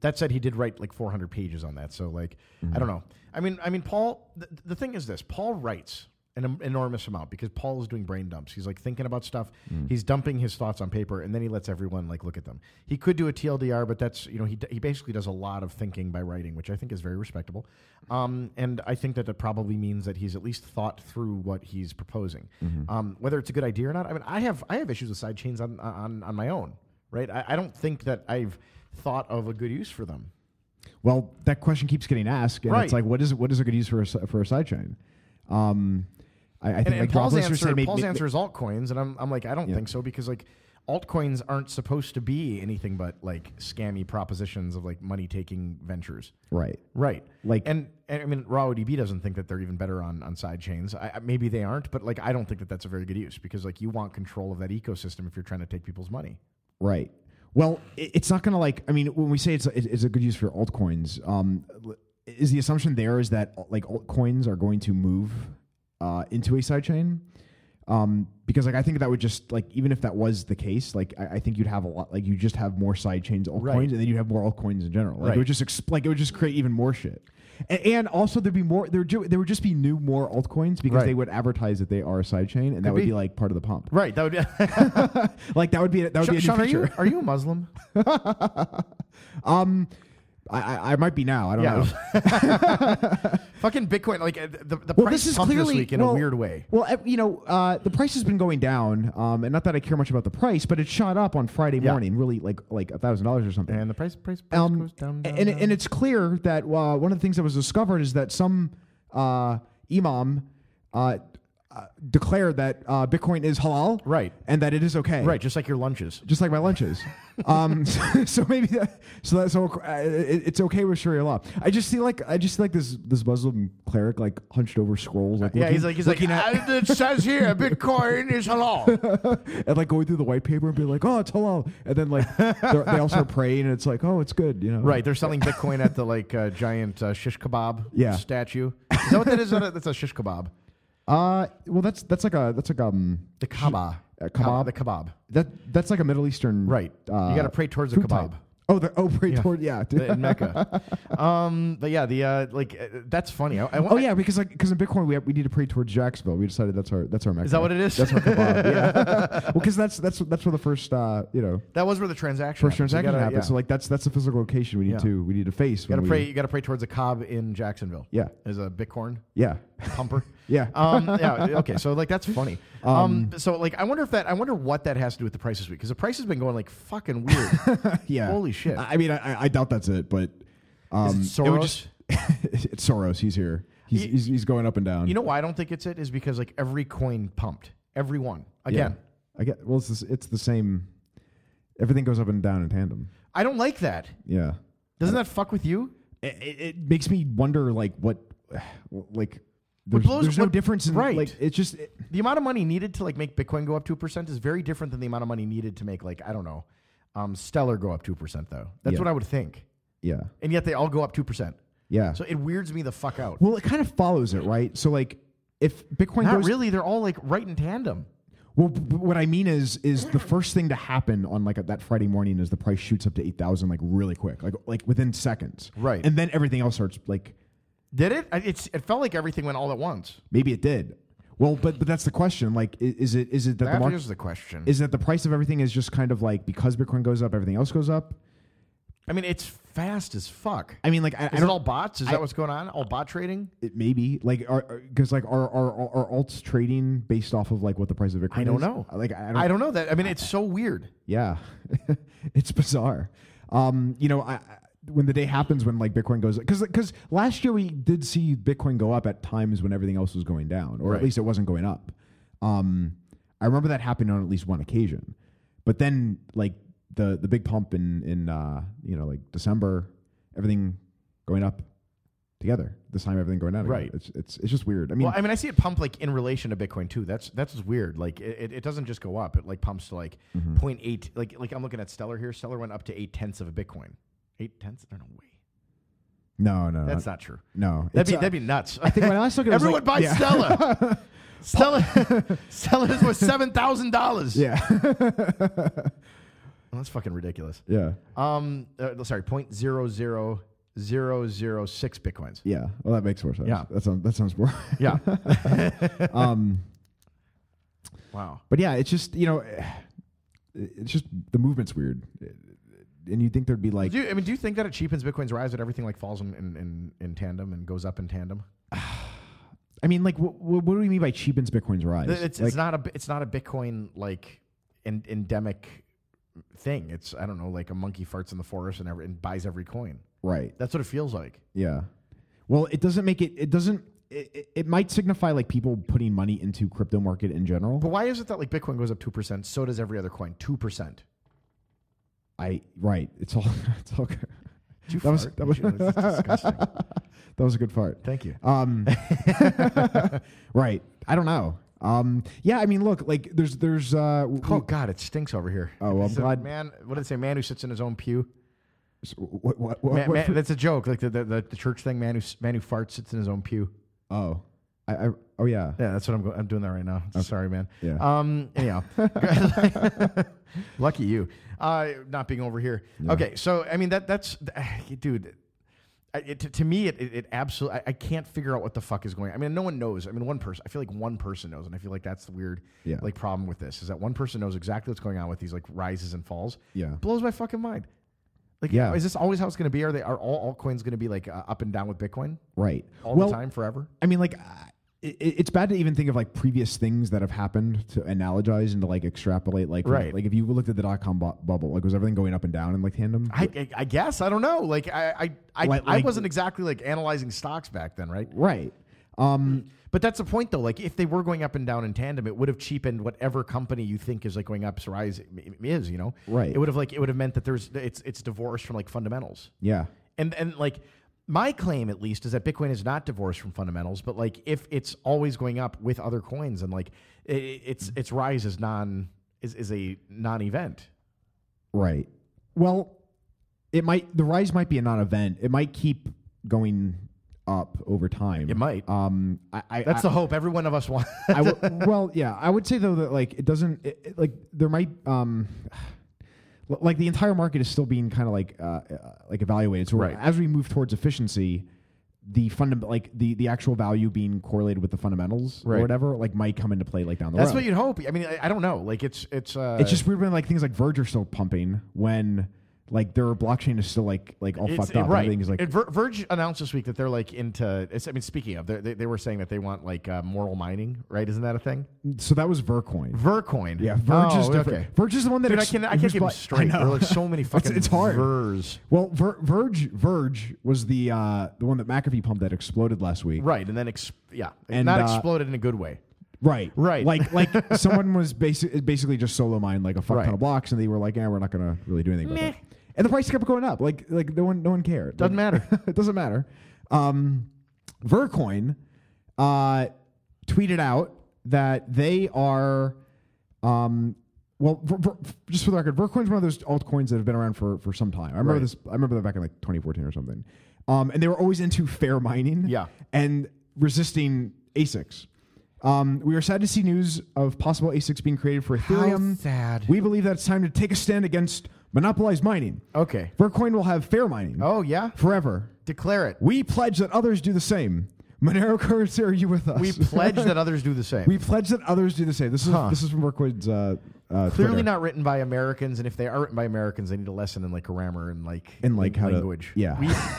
Speaker 1: That said, he did write like 400 pages on that. So like, I don't know. I mean, I mean, Paul. The, the thing is this: Paul writes an em- enormous amount because Paul is doing brain dumps. He's like thinking about stuff. He's dumping his thoughts on paper, and then he lets everyone like look at them. He could do a TLDR, but that's you know he d- he basically does a lot of thinking by writing, which I think is very respectable. Um, and I think that that probably means that he's at least thought through what he's proposing, um, whether it's a good idea or not. I mean, I have I have issues with side chains on on on my own right? I, I don't think that I've thought of a good use for them.
Speaker 2: Well, that question keeps getting asked, and it's
Speaker 1: Right.
Speaker 2: like, what is what is a good use for a, si- for a sidechain? Um, I, I think
Speaker 1: And,
Speaker 2: like
Speaker 1: and
Speaker 2: Rob
Speaker 1: Paul's
Speaker 2: Lister
Speaker 1: answer,
Speaker 2: said, may-
Speaker 1: Paul's
Speaker 2: may-
Speaker 1: answer is altcoins, and I'm, I'm like, I don't think so because like altcoins aren't supposed to be anything but like scammy propositions of like money taking ventures.
Speaker 2: right.
Speaker 1: Right.
Speaker 2: Like-
Speaker 1: and, and I mean, raw ODB doesn't think that they're even better on, on side chains. I, I- maybe they aren't, but like, I don't think that that's a very good use because like you want control of that ecosystem if you're trying to take people's money.
Speaker 2: Right. Well, it, it's not going to like. I mean, when we say it's it, it's a good use for altcoins, um, l- is the assumption there is that like altcoins are going to move uh, into a sidechain? Um, because like I think that would just like even if that was the case, like I, I think you'd have a lot like you just have more sidechains altcoins,
Speaker 1: Right.
Speaker 2: and then you would have more altcoins in general. Like
Speaker 1: Right.
Speaker 2: it would just exp- like it would just create even more shit. And, and also there'd be more there would, ju- there would just be new more altcoins because
Speaker 1: Right.
Speaker 2: they would advertise that they are a sidechain, and that would
Speaker 1: be.
Speaker 2: be. like part of the pump.
Speaker 1: Right. That would be,
Speaker 2: Like that would be that would be a new
Speaker 1: Sean, are
Speaker 2: feature.
Speaker 1: you, are you a Muslim?
Speaker 2: Um, I, I, I might be now. I don't know.
Speaker 1: Fucking Bitcoin, like uh, the, the
Speaker 2: Well,
Speaker 1: price
Speaker 2: this is
Speaker 1: pumped
Speaker 2: clearly
Speaker 1: this week in
Speaker 2: well-
Speaker 1: a weird way.
Speaker 2: Well, ev- you know, uh, the price has been going down, um, and not that I care much about the price, but it shot up on Friday
Speaker 1: Yeah.
Speaker 2: morning, really like like a thousand dollars or something.
Speaker 1: And the price price, price
Speaker 2: um,
Speaker 1: goes down, down,
Speaker 2: and
Speaker 1: down.
Speaker 2: and it's clear that uh, one of the things that was discovered is that some uh, imam. Uh, uh, declared that uh, Bitcoin is halal,
Speaker 1: Right.
Speaker 2: and that it is okay,
Speaker 1: right, just like your lunches.
Speaker 2: just like my lunches. um, so, maybe that, so that's so uh, it, it's okay with Sharia law. I just see like I just see like this this Muslim cleric like hunched over scrolls. Like
Speaker 1: Yeah,
Speaker 2: looking-
Speaker 1: he's like he's like
Speaker 2: looking at,
Speaker 1: "Ah, it says here Bitcoin is halal.
Speaker 2: and like going through the white paper and being like, oh, it's halal. And then like they're- they also pray and it's like, oh, it's good. You know,
Speaker 1: right, they're selling Bitcoin at the like uh, giant uh, shish kebab
Speaker 2: Yeah.
Speaker 1: statue. Is that what that is? That a- That's a shish kebab.
Speaker 2: Uh, well, that's that's like a that's like um
Speaker 1: The kaba.
Speaker 2: Uh, kebab?
Speaker 1: The kebab.
Speaker 2: that that's like a Middle Eastern
Speaker 1: Right.
Speaker 2: Uh,
Speaker 1: you got to pray towards the
Speaker 2: food
Speaker 1: kebab.
Speaker 2: type. Oh, the oh, pray
Speaker 1: Yeah.
Speaker 2: toward yeah. dude.
Speaker 1: in Mecca, um, but yeah, the uh, like uh, that's funny. I, I,
Speaker 2: Oh yeah, because like because in Bitcoin we have, we need to pray towards Jacksonville. We decided that's our that's our Mecca.
Speaker 1: that what it is?
Speaker 2: That's our kebab. yeah. well, because that's that's that's where the first uh you know
Speaker 1: that was where the transaction.
Speaker 2: first
Speaker 1: happens. You
Speaker 2: transaction
Speaker 1: gotta-
Speaker 2: happened.
Speaker 1: yeah.
Speaker 2: So like that's that's the physical location we need
Speaker 1: Yeah.
Speaker 2: to we need to face.
Speaker 1: You
Speaker 2: when
Speaker 1: gotta
Speaker 2: we-
Speaker 1: pray. You gotta pray towards a cob in Jacksonville.
Speaker 2: Yeah.
Speaker 1: as a Bitcoin
Speaker 2: Yeah.
Speaker 1: pumper.
Speaker 2: Yeah.
Speaker 1: Um, yeah. Okay. So like that's funny. Um, So like I wonder if that I wonder what that has to do with the price this week because the price has been going like fucking weird.
Speaker 2: yeah.
Speaker 1: Holy shit.
Speaker 2: I I mean, I, I doubt that's it, but um,
Speaker 1: Is it
Speaker 2: would
Speaker 1: Soros?
Speaker 2: just- it's Soros. He's here. He's,
Speaker 1: You-
Speaker 2: he's he's going up and down.
Speaker 1: you know why I don't think it's it is because like every coin pumped every one again.
Speaker 2: I get well. It's the, s- it's the same. Everything goes up and down in tandem.
Speaker 1: I don't like that.
Speaker 2: Yeah,
Speaker 1: Doesn't that fuck with you?
Speaker 2: it, it, it makes me wonder like what, like there's,
Speaker 1: blows-
Speaker 2: there's no
Speaker 1: what-
Speaker 2: difference in
Speaker 1: right.
Speaker 2: Like it's just it-
Speaker 1: The amount of money needed to like make Bitcoin go up two percent is very different than the amount of money needed to make like I don't know, um, Stellar go up two percent though. That's
Speaker 2: Yeah.
Speaker 1: what I would think,
Speaker 2: yeah,
Speaker 1: and yet they all go up two percent.
Speaker 2: yeah.
Speaker 1: So it weirds me the fuck out.
Speaker 2: well, it kind of follows it, right? So like if Bitcoin
Speaker 1: Not
Speaker 2: goes
Speaker 1: really. They're all like right in tandem.
Speaker 2: Well, b- b- what I mean is, is the first thing to happen on like that Friday morning is the price shoots up to eight thousand, like really quick, like like within seconds,
Speaker 1: Right.
Speaker 2: And then everything else starts like
Speaker 1: Did it? I- It's, it felt like everything went all at once.
Speaker 2: maybe it did. Well, but but that's the question. Like, i- is it is it that the
Speaker 1: That
Speaker 2: market
Speaker 1: is the question.
Speaker 2: is that the price of everything is just kind of like because Bitcoin goes up, everything else goes up.
Speaker 1: I mean, it's fast as fuck.
Speaker 2: I mean, like I, I
Speaker 1: Is it
Speaker 2: don't
Speaker 1: all bots? Is
Speaker 2: I-
Speaker 1: that what's going on? All bot trading?
Speaker 2: it, maybe like are because like are, are are are alts trading based off of like what the price of Bitcoin?
Speaker 1: I don't
Speaker 2: is?
Speaker 1: know.
Speaker 2: Like I don't,
Speaker 1: I don't know that. I mean, it's so weird.
Speaker 2: Yeah, it's bizarre. Um, you know, I, I- when the day happens when like Bitcoin goes because because last year we did see Bitcoin go up at times when everything else was going down, or
Speaker 1: Right.
Speaker 2: at least it wasn't going up. Um, I remember that happened on at least one occasion, but then like the the big pump in in uh, you know like December, everything going up together. This time everything going down. again.
Speaker 1: Right.
Speaker 2: It's it's it's just weird. I mean,
Speaker 1: Well, I mean, I see it pump like in relation to Bitcoin too. That's that's what's weird. Like it, it- it doesn't just go up. It like pumps to like
Speaker 2: Mm-hmm.
Speaker 1: point eight. 0.8. Like like I'm looking at Stellar here. Stellar went up to eight tenths of a Bitcoin. Eight tenths? No, no way.
Speaker 2: no, no,
Speaker 1: That's
Speaker 2: no,
Speaker 1: not true.
Speaker 2: no.
Speaker 1: That'd
Speaker 2: Uh, It's,
Speaker 1: be
Speaker 2: uh,
Speaker 1: that'd be nuts.
Speaker 2: I think when I last looked at it, it was
Speaker 1: Everyone
Speaker 2: like-
Speaker 1: buy
Speaker 2: yeah.
Speaker 1: Stella. Stella Stella's worth seven thousand dollars.
Speaker 2: yeah,
Speaker 1: Well, that's fucking ridiculous.
Speaker 2: yeah.
Speaker 1: Um, uh, sorry, point zero zero zero zero six bitcoins.
Speaker 2: Yeah. Well, that makes more sense.
Speaker 1: Yeah.
Speaker 2: That sounds that sounds more.
Speaker 1: Yeah.
Speaker 2: um.
Speaker 1: wow.
Speaker 2: But yeah, it's just you know, eh, it's just the movement's weird, and you would think there'd be like
Speaker 1: Do you, I mean, do you think that it cheapens Bitcoin's rise that everything like falls in, in, in, in tandem and goes up in tandem?
Speaker 2: I mean like what what do we mean by cheapens Bitcoin's rise?
Speaker 1: It's, it's,
Speaker 2: like,
Speaker 1: not a it's not a Bitcoin like en- endemic thing. It's I don't know like a monkey farts in the forest and, every, and buys every coin.
Speaker 2: right.
Speaker 1: That's what it feels like.
Speaker 2: Yeah. Well, it doesn't make it. It doesn't. It, it- it might signify like people putting money into crypto market in general.
Speaker 1: But why is it that like Bitcoin goes up two percent? So does every other coin two percent.
Speaker 2: I right. It's all. It's all. Good.
Speaker 1: That
Speaker 2: That was-
Speaker 1: fart?
Speaker 2: that was-
Speaker 1: Did you? That's disgusting.
Speaker 2: That was a good fart.
Speaker 1: Thank you.
Speaker 2: Um, right. I don't know. Um, yeah. I mean, look. Like there's there's. Uh, w-
Speaker 1: Oh God, it stinks over here.
Speaker 2: Oh, well, I'm
Speaker 1: It's a
Speaker 2: glad-
Speaker 1: Man, what did it say? Man who sits in his own pew.
Speaker 2: So What? What? What?
Speaker 1: Man,
Speaker 2: what-
Speaker 1: man- that's a joke. Like the, the, the, the church thing. Man who s- man who farts sits in his own pew.
Speaker 2: oh, I, I. Oh yeah.
Speaker 1: Yeah, that's what I'm. Go- I'm doing that right now. Sorry, man.
Speaker 2: Yeah.
Speaker 1: Um. Anyhow, lucky you, uh, not being over here. Okay. So I mean that that's, dude. I- It, to, to me, it it, it absolutely. I, I can't figure out what the fuck is going. I mean, no one knows. I mean, one person. I feel like one person knows, and I feel like that's the weird
Speaker 2: Yeah.
Speaker 1: like problem with this is that one person knows exactly what's going on with these like rises and falls.
Speaker 2: Yeah.
Speaker 1: Blows my fucking mind. Like,
Speaker 2: Yeah.
Speaker 1: is this always how it's going to be? Are they are all altcoins going to be like uh, up and down with Bitcoin
Speaker 2: Right.
Speaker 1: all
Speaker 2: well,
Speaker 1: the time forever?
Speaker 2: I mean, like, I- it, it's bad to even think of like previous things that have happened to analogize and to like extrapolate. Like,
Speaker 1: Right.
Speaker 2: Like if you looked at the dot com bu- bubble, like was everything going up and down in like tandem?
Speaker 1: I, I, I guess I don't know. Like I I, I,
Speaker 2: Like-
Speaker 1: I
Speaker 2: like-
Speaker 1: wasn't exactly like analyzing stocks back then, right?
Speaker 2: right. Um.
Speaker 1: But that's the point though. Like if they were going up and down in tandem, it would have cheapened whatever company you think is like going up so rise is. You know,
Speaker 2: Right.
Speaker 1: It would have like it would have meant that there's it's it's divorced from like fundamentals.
Speaker 2: Yeah.
Speaker 1: And and like my claim at least is that Bitcoin is not divorced from fundamentals. But like if it's always going up with other coins and like i i- its its rise is non is is a non event.
Speaker 2: Right. Well, it might. The rise might be a non-event. It might keep going up over time.
Speaker 1: It might.
Speaker 2: Um. I. I
Speaker 1: That's
Speaker 2: I,
Speaker 1: the hope every one of us wants.
Speaker 2: I w- well, yeah, I would say though that like it doesn't it, it- like there might um l- like the entire market is still being kind of like uh, uh, like evaluated. So
Speaker 1: Right.
Speaker 2: as we move towards efficiency, the fundam- like the the actual value being correlated with the fundamentals
Speaker 1: Right.
Speaker 2: or whatever like might come into play like down the
Speaker 1: That's
Speaker 2: road.
Speaker 1: what you'd hope. I mean, I, I don't know. Like it's it's uh,
Speaker 2: it's just weird when like things like Verge are still pumping when like their blockchain is still like like all
Speaker 1: it's-
Speaker 2: fucked up.
Speaker 1: Right.
Speaker 2: Everything is like
Speaker 1: And Ver- Verge announced this week that they're like into. It's, I mean, speaking of, they're- they they were saying that they want like uh, moral mining, right? Isn't that a thing?
Speaker 2: so that was Vercoin.
Speaker 1: Vercoin.
Speaker 2: Yeah, Verge
Speaker 1: Oh,
Speaker 2: is different.
Speaker 1: okay.
Speaker 2: Verge is the one that
Speaker 1: Dude, I
Speaker 2: ex-
Speaker 1: can I can't
Speaker 2: who's
Speaker 1: get them
Speaker 2: bought- I
Speaker 1: straight. There are
Speaker 2: know.
Speaker 1: like so many fucking.
Speaker 2: it's hard.
Speaker 1: Vers.
Speaker 2: Well, Ver, Verge Verge was the uh, the one that McAfee pumped that exploded last week.
Speaker 1: Right, and then ex- yeah,
Speaker 2: And,
Speaker 1: not
Speaker 2: uh,
Speaker 1: exploded in a good way.
Speaker 2: Right.
Speaker 1: Right.
Speaker 2: Like like someone was basi- basically just solo mined like a fuck
Speaker 1: Right.
Speaker 2: ton of blocks, and they were like, "Yeah, we're not gonna really do anything." About that. And the price kept going up. Like like no one no one cared.
Speaker 1: Doesn't
Speaker 2: Like,
Speaker 1: matter.
Speaker 2: it doesn't matter. Um, Vercoin uh, tweeted out that they are. Um, well, Ver, Ver, just for the record, Vercoin's one of those altcoins that have been around for, for some time. I remember
Speaker 1: Right.
Speaker 2: this. I remember that back in like 2014 or something. Um, and they were always into fair mining
Speaker 1: Yeah.
Speaker 2: and resisting ASICs. Um, we are sad to see news of possible ASICs being created for Ethereum.
Speaker 1: sad.
Speaker 2: We believe that it's time to take a stand against monopolized mining.
Speaker 1: Okay.
Speaker 2: Vercoin will have fair mining
Speaker 1: Oh yeah.
Speaker 2: forever.
Speaker 1: Declare it.
Speaker 2: We pledge that others do the same. Monero currency, are you with us?
Speaker 1: We pledge that others do the same.
Speaker 2: we pledge that others do the same. This is
Speaker 1: Huh.
Speaker 2: this is from Vercoin's. Uh, uh,
Speaker 1: Clearly
Speaker 2: Twitter.
Speaker 1: not written by Americans, and if they are written by Americans, they need a lesson in like grammar and like
Speaker 2: And, like, how to-
Speaker 1: language.
Speaker 2: yeah.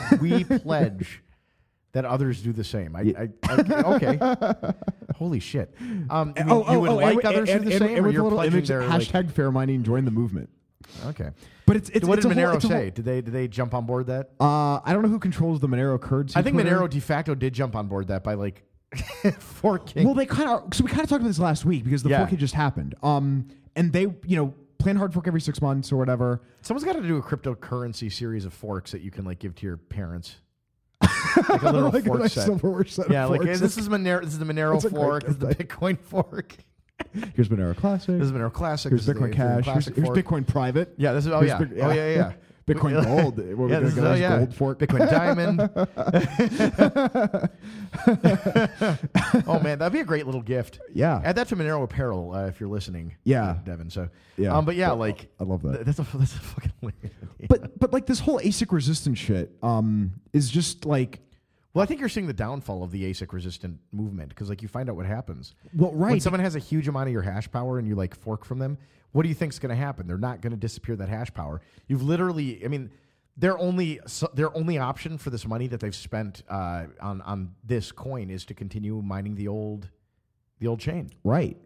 Speaker 1: we, we pledge that others do the same. I, I, I okay. Holy shit. Um, you, mean you would like
Speaker 2: Oh, and-
Speaker 1: others
Speaker 2: and-
Speaker 1: do the
Speaker 2: and-
Speaker 1: same,
Speaker 2: and
Speaker 1: or
Speaker 2: with
Speaker 1: you're
Speaker 2: a little
Speaker 1: pledging
Speaker 2: image,
Speaker 1: their like-
Speaker 2: hashtag fair mining, join the movement.
Speaker 1: okay.
Speaker 2: But it's, it's
Speaker 1: what
Speaker 2: it's
Speaker 1: did
Speaker 2: a whole-
Speaker 1: Monero
Speaker 2: it's a whole-
Speaker 1: say? Did they did they jump on board that?
Speaker 2: Uh, I don't know who controls the Monero currency.
Speaker 1: I think
Speaker 2: Twitter.
Speaker 1: Monero de facto did jump on board that by like forking.
Speaker 2: Well, they kind of. So we kind of talked about this last week because the
Speaker 1: Yeah.
Speaker 2: fork had just happened. Um, and they, you know, plan hard fork every six months or whatever.
Speaker 1: Someone's got to do a cryptocurrency series of forks that you can like give to your parents. like a little
Speaker 2: Like a
Speaker 1: fork
Speaker 2: nice
Speaker 1: set.
Speaker 2: silverware set of
Speaker 1: Yeah, like
Speaker 2: forks.
Speaker 1: hey, this is Monero. This is the Monero
Speaker 2: That's a great
Speaker 1: fork. This is the
Speaker 2: template.
Speaker 1: Bitcoin fork.
Speaker 2: here's Monero Classic.
Speaker 1: This is Monero Classic.
Speaker 2: here's
Speaker 1: this is the
Speaker 2: Bitcoin Cash. Here's,
Speaker 1: Classic
Speaker 2: here's
Speaker 1: fork.
Speaker 2: Bitcoin Private.
Speaker 1: Yeah, this is. Oh
Speaker 2: Here's
Speaker 1: yeah.
Speaker 2: Bit-
Speaker 1: Oh yeah, yeah. yeah.
Speaker 2: Bitcoin Gold. What we're
Speaker 1: yeah,
Speaker 2: gonna
Speaker 1: this is,
Speaker 2: go
Speaker 1: oh,
Speaker 2: as
Speaker 1: yeah.
Speaker 2: Gold fork.
Speaker 1: Bitcoin Diamond. oh man, that'd be a great little gift.
Speaker 2: Yeah.
Speaker 1: Add that to Monero Apparel uh, if you're listening. uh,
Speaker 2: Yeah.
Speaker 1: Devin. So.
Speaker 2: Yeah. Uh,
Speaker 1: Um, but yeah,
Speaker 2: But-
Speaker 1: like
Speaker 2: I love that.
Speaker 1: th- that's a that's a fucking. hilarious idea.
Speaker 2: But but like this whole ASIC resistance shit um is just like
Speaker 1: Well, I think you're seeing the downfall of the ASIC resistant movement because, like, you find out what happens.
Speaker 2: Well,
Speaker 1: When
Speaker 2: right.
Speaker 1: someone has a huge amount of your hash power and you like fork from them, what do you think's going to happen? They're not going to disappear that hash power. You've literally, I mean, their only so their only option for this money that they've spent uh, on on this coin is to continue mining the old the old chain.
Speaker 2: Right.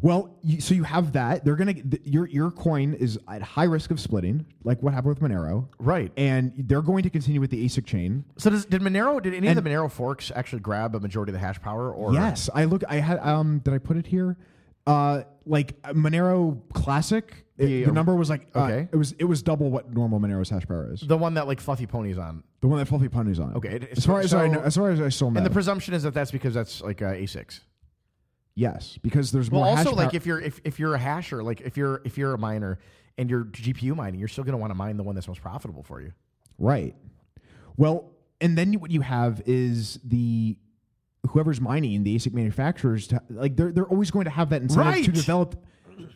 Speaker 2: Well, you, so you have that. They're gonna th- your your coin is at high risk of splitting, like what happened with Monero,
Speaker 1: Right.
Speaker 2: and they're going to continue with the ASIC chain.
Speaker 1: so, does, did Monero? Did any of
Speaker 2: And-
Speaker 1: the Monero forks actually grab a majority of the hash power? Or
Speaker 2: Yes, I look. I had. Um, did I put it here? Uh, like uh, Monero Classic, it- the,
Speaker 1: The-
Speaker 2: number was like uh,
Speaker 1: okay.
Speaker 2: It was it was double what normal Monero's hash power is.
Speaker 1: the one that like Fluffy Pony's on.
Speaker 2: The one that Fluffy Pun is on.
Speaker 1: Okay, it-
Speaker 2: as far as I
Speaker 1: so-
Speaker 2: know, as far as I still know,
Speaker 1: And the presumption is that that's because that's like uh, ASICs.
Speaker 2: yes, because there's
Speaker 1: Well,
Speaker 2: more.
Speaker 1: also
Speaker 2: hash
Speaker 1: like
Speaker 2: power-
Speaker 1: if you're if, if you're a hasher, like if you're if you're a miner and you're GPU mining, you're still going to want to mine the one that's most profitable for you.
Speaker 2: Right. Well, and then what you have is the whoever's mining the ASIC manufacturers to, like they're they're always going to have that incentive
Speaker 1: Right.
Speaker 2: to develop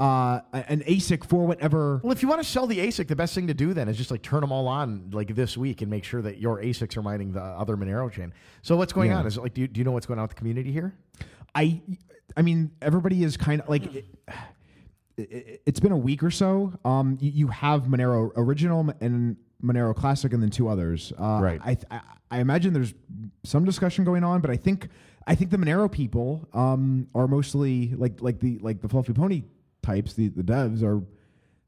Speaker 2: uh, a- an ASIC for whatever.
Speaker 1: Well, if you want to sell the ASIC, the best thing to do then is just like turn them all on like this week and make sure that your ASICs are mining the other Monero chain. So what's going on? Is it like do you, do you know what's going on with the community here?
Speaker 2: I I mean everybody is kind of like. It, it, has been a week or so. Um, you, you have Monero Original and Monero Classic, and then two others. Uh,
Speaker 1: Right.
Speaker 2: I, I I imagine there's some discussion going on, but I think I think the Monero people um, are mostly like like the like the fluffy pony types. The the devs are.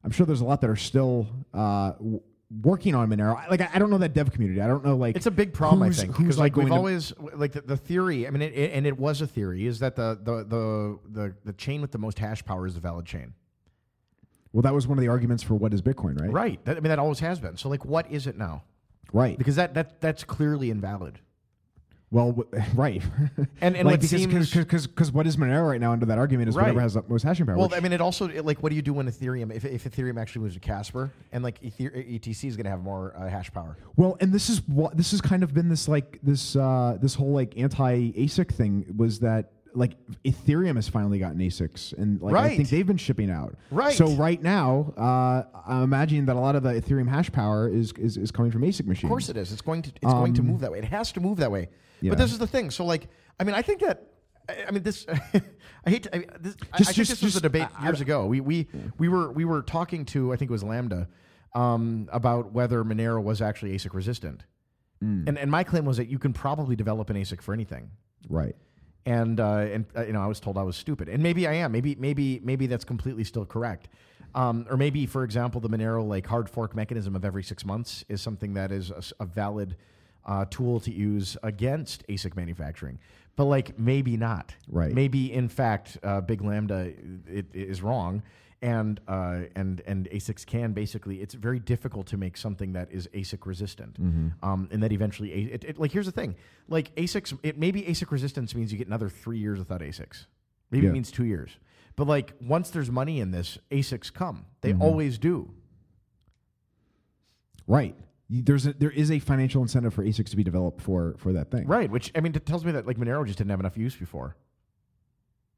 Speaker 2: I'm sure there's a lot that are still uh, w- working on Monero. I- Like I, I don't know that dev community. I don't know like
Speaker 1: It's a big problem,
Speaker 2: who's-
Speaker 1: I think,
Speaker 2: Who's
Speaker 1: because like,
Speaker 2: like, going
Speaker 1: we've
Speaker 2: to-
Speaker 1: always like the, the theory. I mean, it, it, and it was a theory is that the the, the the the chain with the most hash power is the valid chain.
Speaker 2: well, that was one of the arguments for what is Bitcoin, right?
Speaker 1: Right. That, I mean, that always has been. So like, what is it now?
Speaker 2: Right.
Speaker 1: Because that that that's clearly invalid.
Speaker 2: Well, w- right.
Speaker 1: And- and what seems-
Speaker 2: because because what is Monero right now under that argument is
Speaker 1: Right.
Speaker 2: whatever has the most hashing power.
Speaker 1: Well,
Speaker 2: which-
Speaker 1: I mean, it also it, like, what do you do when Ethereum, if, if Ethereum actually moves to Casper, and like Ether, ETC is going to have more uh, hash power?
Speaker 2: well, and this is what this has kind of been this like this uh, this whole like anti ASIC thing was that like Ethereum has finally gotten ASICs and like I
Speaker 1: Right.
Speaker 2: think they've been shipping out.
Speaker 1: Right.
Speaker 2: So right now, uh, I'm imagining that a lot of the Ethereum hash power is is, is coming from ASIC machines.
Speaker 1: Of course it is. It's going to it's going to move that way. It has to move that way.
Speaker 2: Um, Yeah.
Speaker 1: But this is the thing. So like, I mean, I think that. I I mean, this. I hate. To, I, this, I-
Speaker 2: Just-
Speaker 1: I think
Speaker 2: just-
Speaker 1: this was a
Speaker 2: just-
Speaker 1: debate
Speaker 2: I- I-
Speaker 1: years ago. We we we were we were talking to I think it was Lambda um, about whether Monero was actually ASIC resistant,
Speaker 2: Mm.
Speaker 1: and and my claim was that you can probably develop an ASIC for anything.
Speaker 2: Right.
Speaker 1: and uh, and uh, you know I was told I was stupid, and maybe I am. Maybe maybe maybe that's completely still correct, um, or maybe for example the Monero like hard fork mechanism of every six months is something that is a, s- a valid uh, tool to use against ASIC manufacturing. But like maybe not.
Speaker 2: Right.
Speaker 1: Maybe in fact, uh, Big Lambda it, it is wrong, and uh, and and ASICs can basically. It's very difficult to make something that is ASIC resistant, um, and that eventually, A- it, it, like here's the thing, like ASICs, it maybe ASIC resistance means you get another three years without ASICs. Maybe
Speaker 2: Yeah.
Speaker 1: it means two years. But like once there's money in this, ASICs come. They always do.
Speaker 2: Right. You- There's a, there is a financial incentive for ASICs to be developed for for that thing.
Speaker 1: Right, which I mean, it tells me that like Monero just didn't have enough use before.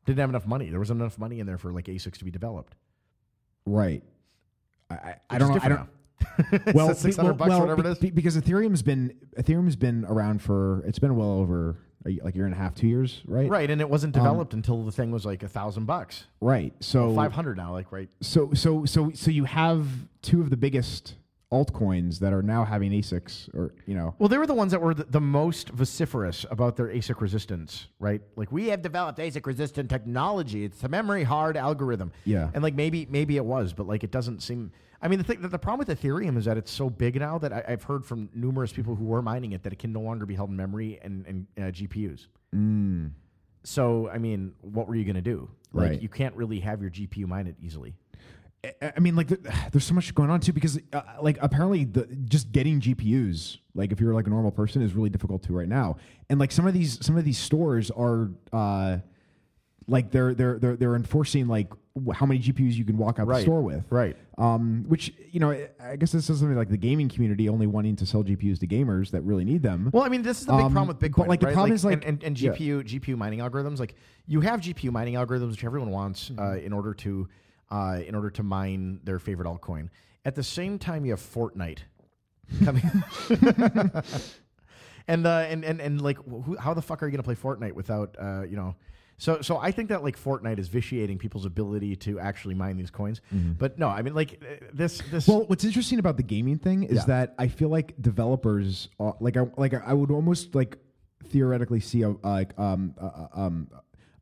Speaker 1: Didn't have enough money. There wasn't enough money in there for like ASICs to be developed.
Speaker 2: Right. I, I, I
Speaker 1: which
Speaker 2: don't
Speaker 1: is
Speaker 2: know. I
Speaker 1: different
Speaker 2: don't.
Speaker 1: now.
Speaker 2: Well,
Speaker 1: It's six hundred bucks
Speaker 2: well,
Speaker 1: or whatever
Speaker 2: be-
Speaker 1: it is.
Speaker 2: be- because Ethereum's been Ethereum's been around for it's been well over a, y- like a year and a half, two years, right?
Speaker 1: right, and it wasn't
Speaker 2: um,
Speaker 1: developed until the thing was like a thousand bucks,
Speaker 2: Right. So
Speaker 1: five hundred now. Like right,
Speaker 2: so so so so you have two of the biggest altcoins that are now having ASICs, or you know,
Speaker 1: Well, they were the ones that were the, the most vociferous about their ASIC resistance, right? Like we have developed ASIC resistant technology. It's a memory hard algorithm.
Speaker 2: Yeah.
Speaker 1: And like maybe maybe it was, but like it doesn't seem. I mean, the thing, the, the problem with Ethereum is that it's so big now that I, I've heard from numerous people who were mining it that it can no longer be held in memory and, and uh, GPUs. So I mean, what were you going to do? Like
Speaker 2: Mm. Right.
Speaker 1: you can't really have your GPU mine it easily.
Speaker 2: I I mean, like, th- there's so much going on too because, uh, like, apparently, the, just getting GPUs, like, if you're like a normal person, is really difficult too right now. And like, some of these some of these stores are, uh, like, they're they're they're they're enforcing like wh- how many GPUs you can walk out the
Speaker 1: Right.
Speaker 2: store with,
Speaker 1: Right.
Speaker 2: Um, which you know, I- I guess this is something like the gaming community only wanting to sell GPUs to gamers that really need them.
Speaker 1: Well, I mean, this is the big
Speaker 2: Um,
Speaker 1: problem with Bitcoin.
Speaker 2: but, like, the
Speaker 1: right?
Speaker 2: problem is, like-
Speaker 1: and, and, and
Speaker 2: yeah.
Speaker 1: GPU GPU mining algorithms. Like you have GPU mining algorithms, which everyone wants uh,
Speaker 2: Mm-hmm.
Speaker 1: in order to uh, in order to mine their favorite altcoin. At the same time, you have Fortnite coming. and, uh, and and and like, wh- who, how the fuck are you gonna play Fortnite without uh, you know? So so I think that like Fortnite is vitiating people's ability to actually mine these coins. But no, I mean like uh, this this.
Speaker 2: Mm-hmm. Well, what's interesting about the gaming thing is
Speaker 1: Yeah.
Speaker 2: that I feel like developers, are, like I like I would almost like theoretically see a like um uh, uh, um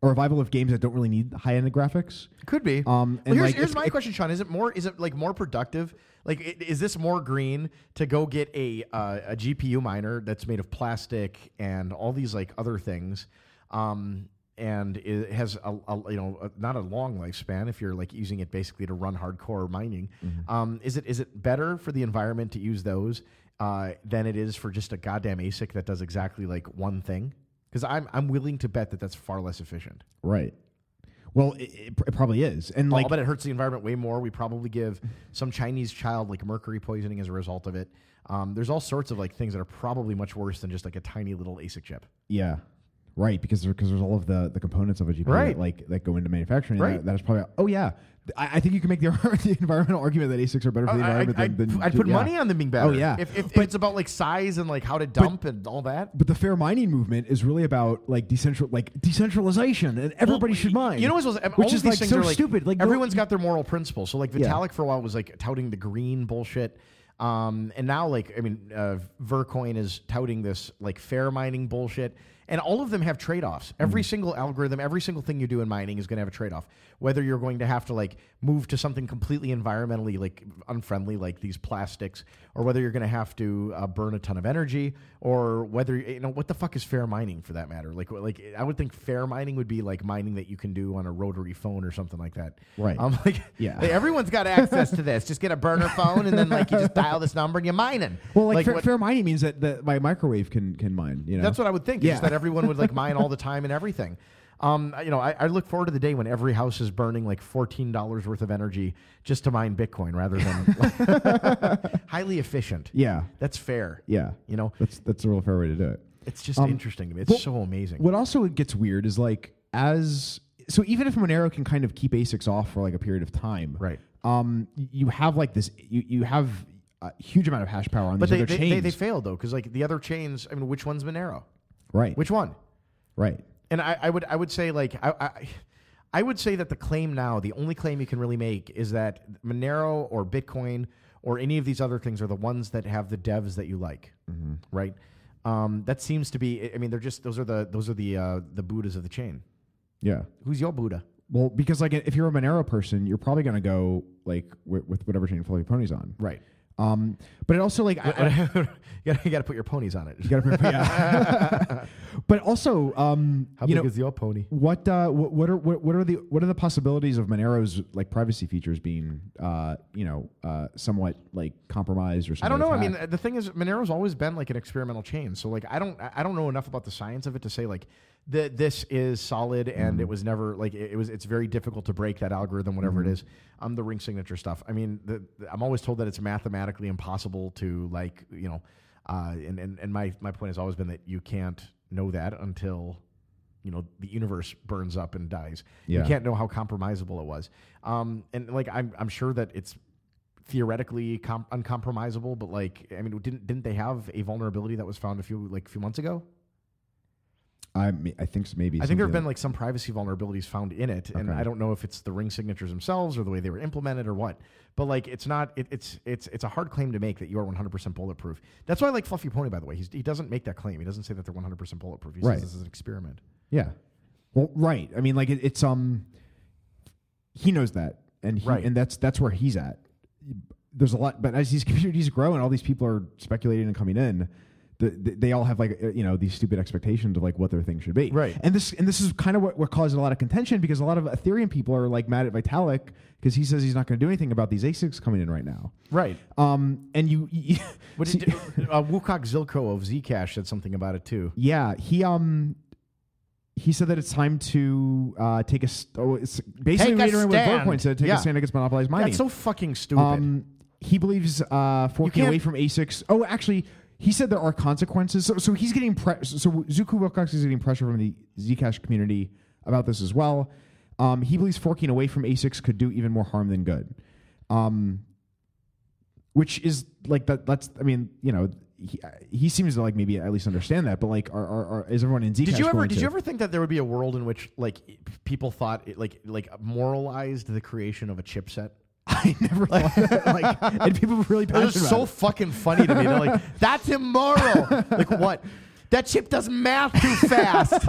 Speaker 2: a revival of games that don't really need high end graphics.
Speaker 1: Could be.
Speaker 2: Um,
Speaker 1: well,
Speaker 2: and,
Speaker 1: here's,
Speaker 2: like,
Speaker 1: here's
Speaker 2: if-
Speaker 1: my
Speaker 2: if-
Speaker 1: question, Sean. Is it more? Is it like more productive? Like, i- is this more green to go get a uh, a GPU miner that's made of plastic and all these like other things, um, and it has a, a- you know a- not a long lifespan if you're like using it basically to run hardcore mining.
Speaker 2: Mm-hmm.
Speaker 1: Um, is it is it better for the environment to use those uh, than it is for just a goddamn ASIC that does exactly like one thing? Because I'm I'm willing to bet that that's far less efficient.
Speaker 2: Right. Well, it, it, pr- it probably is, and
Speaker 1: Like,
Speaker 2: like
Speaker 1: I'll bet it hurts the environment way more. We probably give some Chinese child like mercury poisoning as a result of it. Um, there's all sorts of like things that are probably much worse than just like a tiny little ASIC chip.
Speaker 2: yeah, right because there, cause there's all of the, the components of a GPU
Speaker 1: Right.
Speaker 2: that, like that go into manufacturing. and
Speaker 1: Right.
Speaker 2: That, that is probably oh yeah. I, I think you can make the, the environmental argument that ASICs are better for the
Speaker 1: Oh, I,
Speaker 2: environment
Speaker 1: I,
Speaker 2: than, than
Speaker 1: would put
Speaker 2: yeah.
Speaker 1: money on them being better.
Speaker 2: Oh, yeah.
Speaker 1: If, if, if
Speaker 2: But-
Speaker 1: it's about like size and like how to dump and all that.
Speaker 2: But the fair mining movement is really about like decentral, like decentralization, and everybody should mine.
Speaker 1: You know, what's what's- all
Speaker 2: which
Speaker 1: of
Speaker 2: is
Speaker 1: these
Speaker 2: like
Speaker 1: things
Speaker 2: so
Speaker 1: are, like,
Speaker 2: stupid. Like no-
Speaker 1: everyone's got their moral principles. So like
Speaker 2: Yeah.
Speaker 1: Vitalik for a while was like touting the green bullshit. Um, and now like I mean, uh, Vercoin is touting this like fair mining bullshit, and all of them have trade offs. Every single algorithm, every single thing you do in mining is going to have a trade off. Whether you're going to have to like move to something completely environmentally like unfriendly, like these plastics, or whether you're going to have to uh, burn a ton of energy, or whether you know what the fuck is fair mining for that matter. Like like I would think fair mining would be like mining that you can do on a rotary phone or something like that.
Speaker 2: Right.
Speaker 1: Um, like
Speaker 2: Yeah.
Speaker 1: like, everyone's got access to this. Just get a burner phone and then like you just dial this number and you're mining.
Speaker 2: well, like, fair,
Speaker 1: what-
Speaker 2: fair mining means that, that my microwave can can mine. You know,
Speaker 1: that's what I would think. Yeah.
Speaker 2: Yeah.
Speaker 1: Is that everyone would like mine all the time and everything. Um, I- you know, I, I look forward to the day when every house is burning like fourteen dollars worth of energy just to mine Bitcoin rather than highly efficient.
Speaker 2: Yeah,
Speaker 1: That's fair.
Speaker 2: yeah.
Speaker 1: You know,
Speaker 2: That's that's a real fair way to do it.
Speaker 1: it's just
Speaker 2: Um,
Speaker 1: interesting to me. It's
Speaker 2: well,
Speaker 1: so amazing.
Speaker 2: What also gets weird is like as so even if Monero can kind of keep ASICs off for like a period of time,
Speaker 1: Right.
Speaker 2: Um, y- you have like this. You you have a huge amount of hash power on
Speaker 1: but
Speaker 2: these
Speaker 1: they,
Speaker 2: other
Speaker 1: they,
Speaker 2: chains,
Speaker 1: they they failed though because like the other chains. I mean, which one's Monero?
Speaker 2: right?
Speaker 1: Which one?
Speaker 2: right.
Speaker 1: And I, I would I would say like I, I I would say that the claim now, the only claim you can really make is that Monero or Bitcoin or any of these other things are the ones that have the devs that you like, right? Um, that seems to be. I- I mean, they're just those are the those are the uh, the Buddhas of the chain.
Speaker 2: Yeah.
Speaker 1: Who's your Buddha?
Speaker 2: Well, because like if you're a Monero person, you're probably going to go like with, with whatever chain Fluffy Pony's on,
Speaker 1: Right.
Speaker 2: Um, but it also like I- I,
Speaker 1: you, gotta, you gotta put your ponies on it.
Speaker 2: you gotta prepare. yeah. but also, um,
Speaker 1: How
Speaker 2: you
Speaker 1: big
Speaker 2: know,
Speaker 1: is your pony?
Speaker 2: what uh, what, what are what, what are the what are the possibilities of Monero's like privacy features being uh, you know uh, somewhat like compromised or something?
Speaker 1: I don't know. I mean, the thing is, Monero's always been like an experimental chain. So like, I don't, I I don't know enough about the science of it to say like that this is solid and it was never like it, it was. It's very difficult to break that algorithm, whatever it is. Um, the ring signature stuff. I mean, the, the- I'm always told that it's mathematically impossible to like you know, uh, and and and my my point has always been that you can't know that until. You know the universe burns up and dies.
Speaker 2: Yeah.
Speaker 1: You can't know how compromisable it was, um, and like I'm, I'm sure that it's theoretically com- uncompromisable, but like, I mean, didn't didn't they have a vulnerability that was found a few like a few months ago?
Speaker 2: I mean, I think s- maybe
Speaker 1: I think there have
Speaker 2: something
Speaker 1: been like some privacy vulnerabilities found in it, and
Speaker 2: Okay.
Speaker 1: I don't know if it's the ring signatures themselves or the way they were implemented or what. But like, it's not. It, it's it's it's a hard claim to make that you are 100% bulletproof. That's why I like Fluffy Pony. By the way, He's, he doesn't make that claim. He doesn't say that they're 100% bulletproof. He
Speaker 2: Right.
Speaker 1: says this is an experiment.
Speaker 2: Yeah. Well, right. I mean, like it, it's um, he knows that, and he,
Speaker 1: Right.
Speaker 2: and that's that's where he's at. There's a lot, but as these communities grow and all these people are speculating and coming in, the, the, they all have like uh, you know these stupid expectations of like what their thing should be.
Speaker 1: Right.
Speaker 2: And this and this is kind of what, what caused a lot of contention because a lot of Ethereum people are like mad at Vitalik because he says he's not going to do anything about these ASICs coming in right now.
Speaker 1: Right.
Speaker 2: Um, and you,
Speaker 1: But
Speaker 2: see-
Speaker 1: it, uh, Wukok Zilko of Zcash said something about it too.
Speaker 2: Yeah, he um he said that it's time to uh, take a st- oh, it's basically
Speaker 1: Take a
Speaker 2: reiterating what
Speaker 1: stand.
Speaker 2: Vorpoint said, take
Speaker 1: Yeah.
Speaker 2: a stand against monopolized mining.
Speaker 1: That's so fucking stupid.
Speaker 2: um, he believes uh, forking
Speaker 1: can't-
Speaker 2: away from ASICs. Oh, actually, he said there are consequences. So, so he's getting pre- so Zuku Wilcox is getting pressure from the Zcash community about this as well. Um, he believes forking away from ASICs could do even more harm than good. Um, which is like that. That's I mean, you know, he, he seems to like maybe at least understand that. But like, are, are, are is everyone in Zcash?
Speaker 1: Did you ever
Speaker 2: going
Speaker 1: did
Speaker 2: to-
Speaker 1: you ever think that there would be a world in which like i- people thought it, like like moralized the creation of a chipset?
Speaker 2: I never thought that. Like, and people were really
Speaker 1: That
Speaker 2: passionate.
Speaker 1: is
Speaker 2: about
Speaker 1: so
Speaker 2: it.
Speaker 1: fucking funny to me. They're like, that's immoral. like what? That chip does math too fast.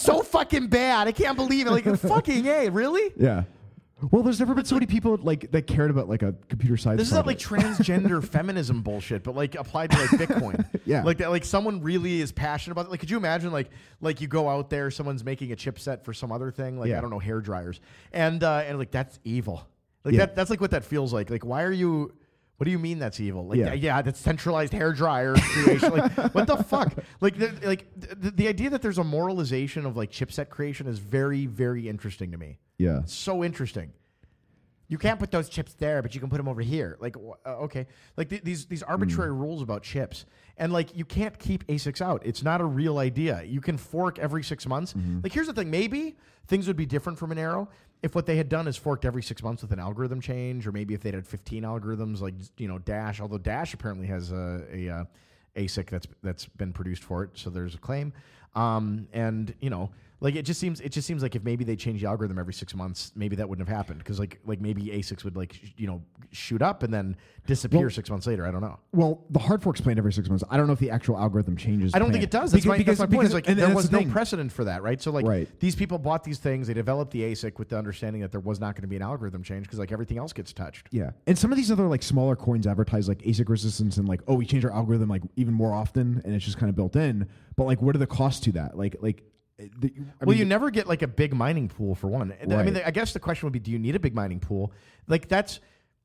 Speaker 1: so fucking bad. I can't believe it. Like fucking a really?
Speaker 2: Yeah. Well, there's never been so many people like that cared about like a computer science.
Speaker 1: This is not like
Speaker 2: project.
Speaker 1: transgender feminism bullshit, but like applied to like Bitcoin.
Speaker 2: Yeah.
Speaker 1: like that. Like someone really is passionate about it. Like, could you imagine like like you go out there, someone's making a chipset for some other thing, like
Speaker 2: Yeah.
Speaker 1: I don't know, hair dryers, and uh, and like that's evil. Like
Speaker 2: Yeah.
Speaker 1: that. That's like what that feels like. Like, why are you? What do you mean that's evil? Like,
Speaker 2: Yeah.
Speaker 1: yeah, that's centralized hair dryer creation. like, what the fuck? Like, the, like the, the idea that there's a moralization of like chipset creation is very, very interesting to me
Speaker 2: yeah,
Speaker 1: so interesting. You can't put those chips there, but you can put them over here. Like, wh- uh, okay, like th- these these arbitrary rules about chips, and like you can't keep ASICs out. It's not a real idea. You can fork every six months. Like, here's the thing: maybe things would be different for Monero if what they had done is forked every six months with an algorithm change, or maybe if they'd had 15 algorithms, like you know Dash. Although Dash apparently has a a, uh ASIC that's that's been produced for it, so there's a claim. Um, and you know, like it just seems it just seems like if maybe they changed the algorithm every six months, maybe that wouldn't have happened because like like maybe ASICs would like sh- you know shoot up and then disappear
Speaker 2: Well-
Speaker 1: six months later. I don't know.
Speaker 2: Well, the hard fork's planned every six months. I don't know if the actual algorithm changes.
Speaker 1: I don't think
Speaker 2: plan.
Speaker 1: it does. That's,
Speaker 2: Because-
Speaker 1: my,
Speaker 2: because-
Speaker 1: that's my point.
Speaker 2: because-
Speaker 1: Is like
Speaker 2: and
Speaker 1: there
Speaker 2: that's
Speaker 1: was
Speaker 2: the
Speaker 1: no
Speaker 2: thing.
Speaker 1: precedent for that, right? So like
Speaker 2: Right.
Speaker 1: these people bought these things, they developed the ASIC with the understanding that there was not going to be an algorithm change because like everything else gets touched.
Speaker 2: Yeah, and some of these other like smaller coins advertise like ASIC resistance and like oh we change our algorithm like even more often and it's just kind of built in. But like, what are the costs to that? Like like. uh, The, I
Speaker 1: well,
Speaker 2: mean,
Speaker 1: you never get like a big mining pool for one. And I mean,
Speaker 2: Right.
Speaker 1: I guess the question would be, do you need a big mining pool? Like that's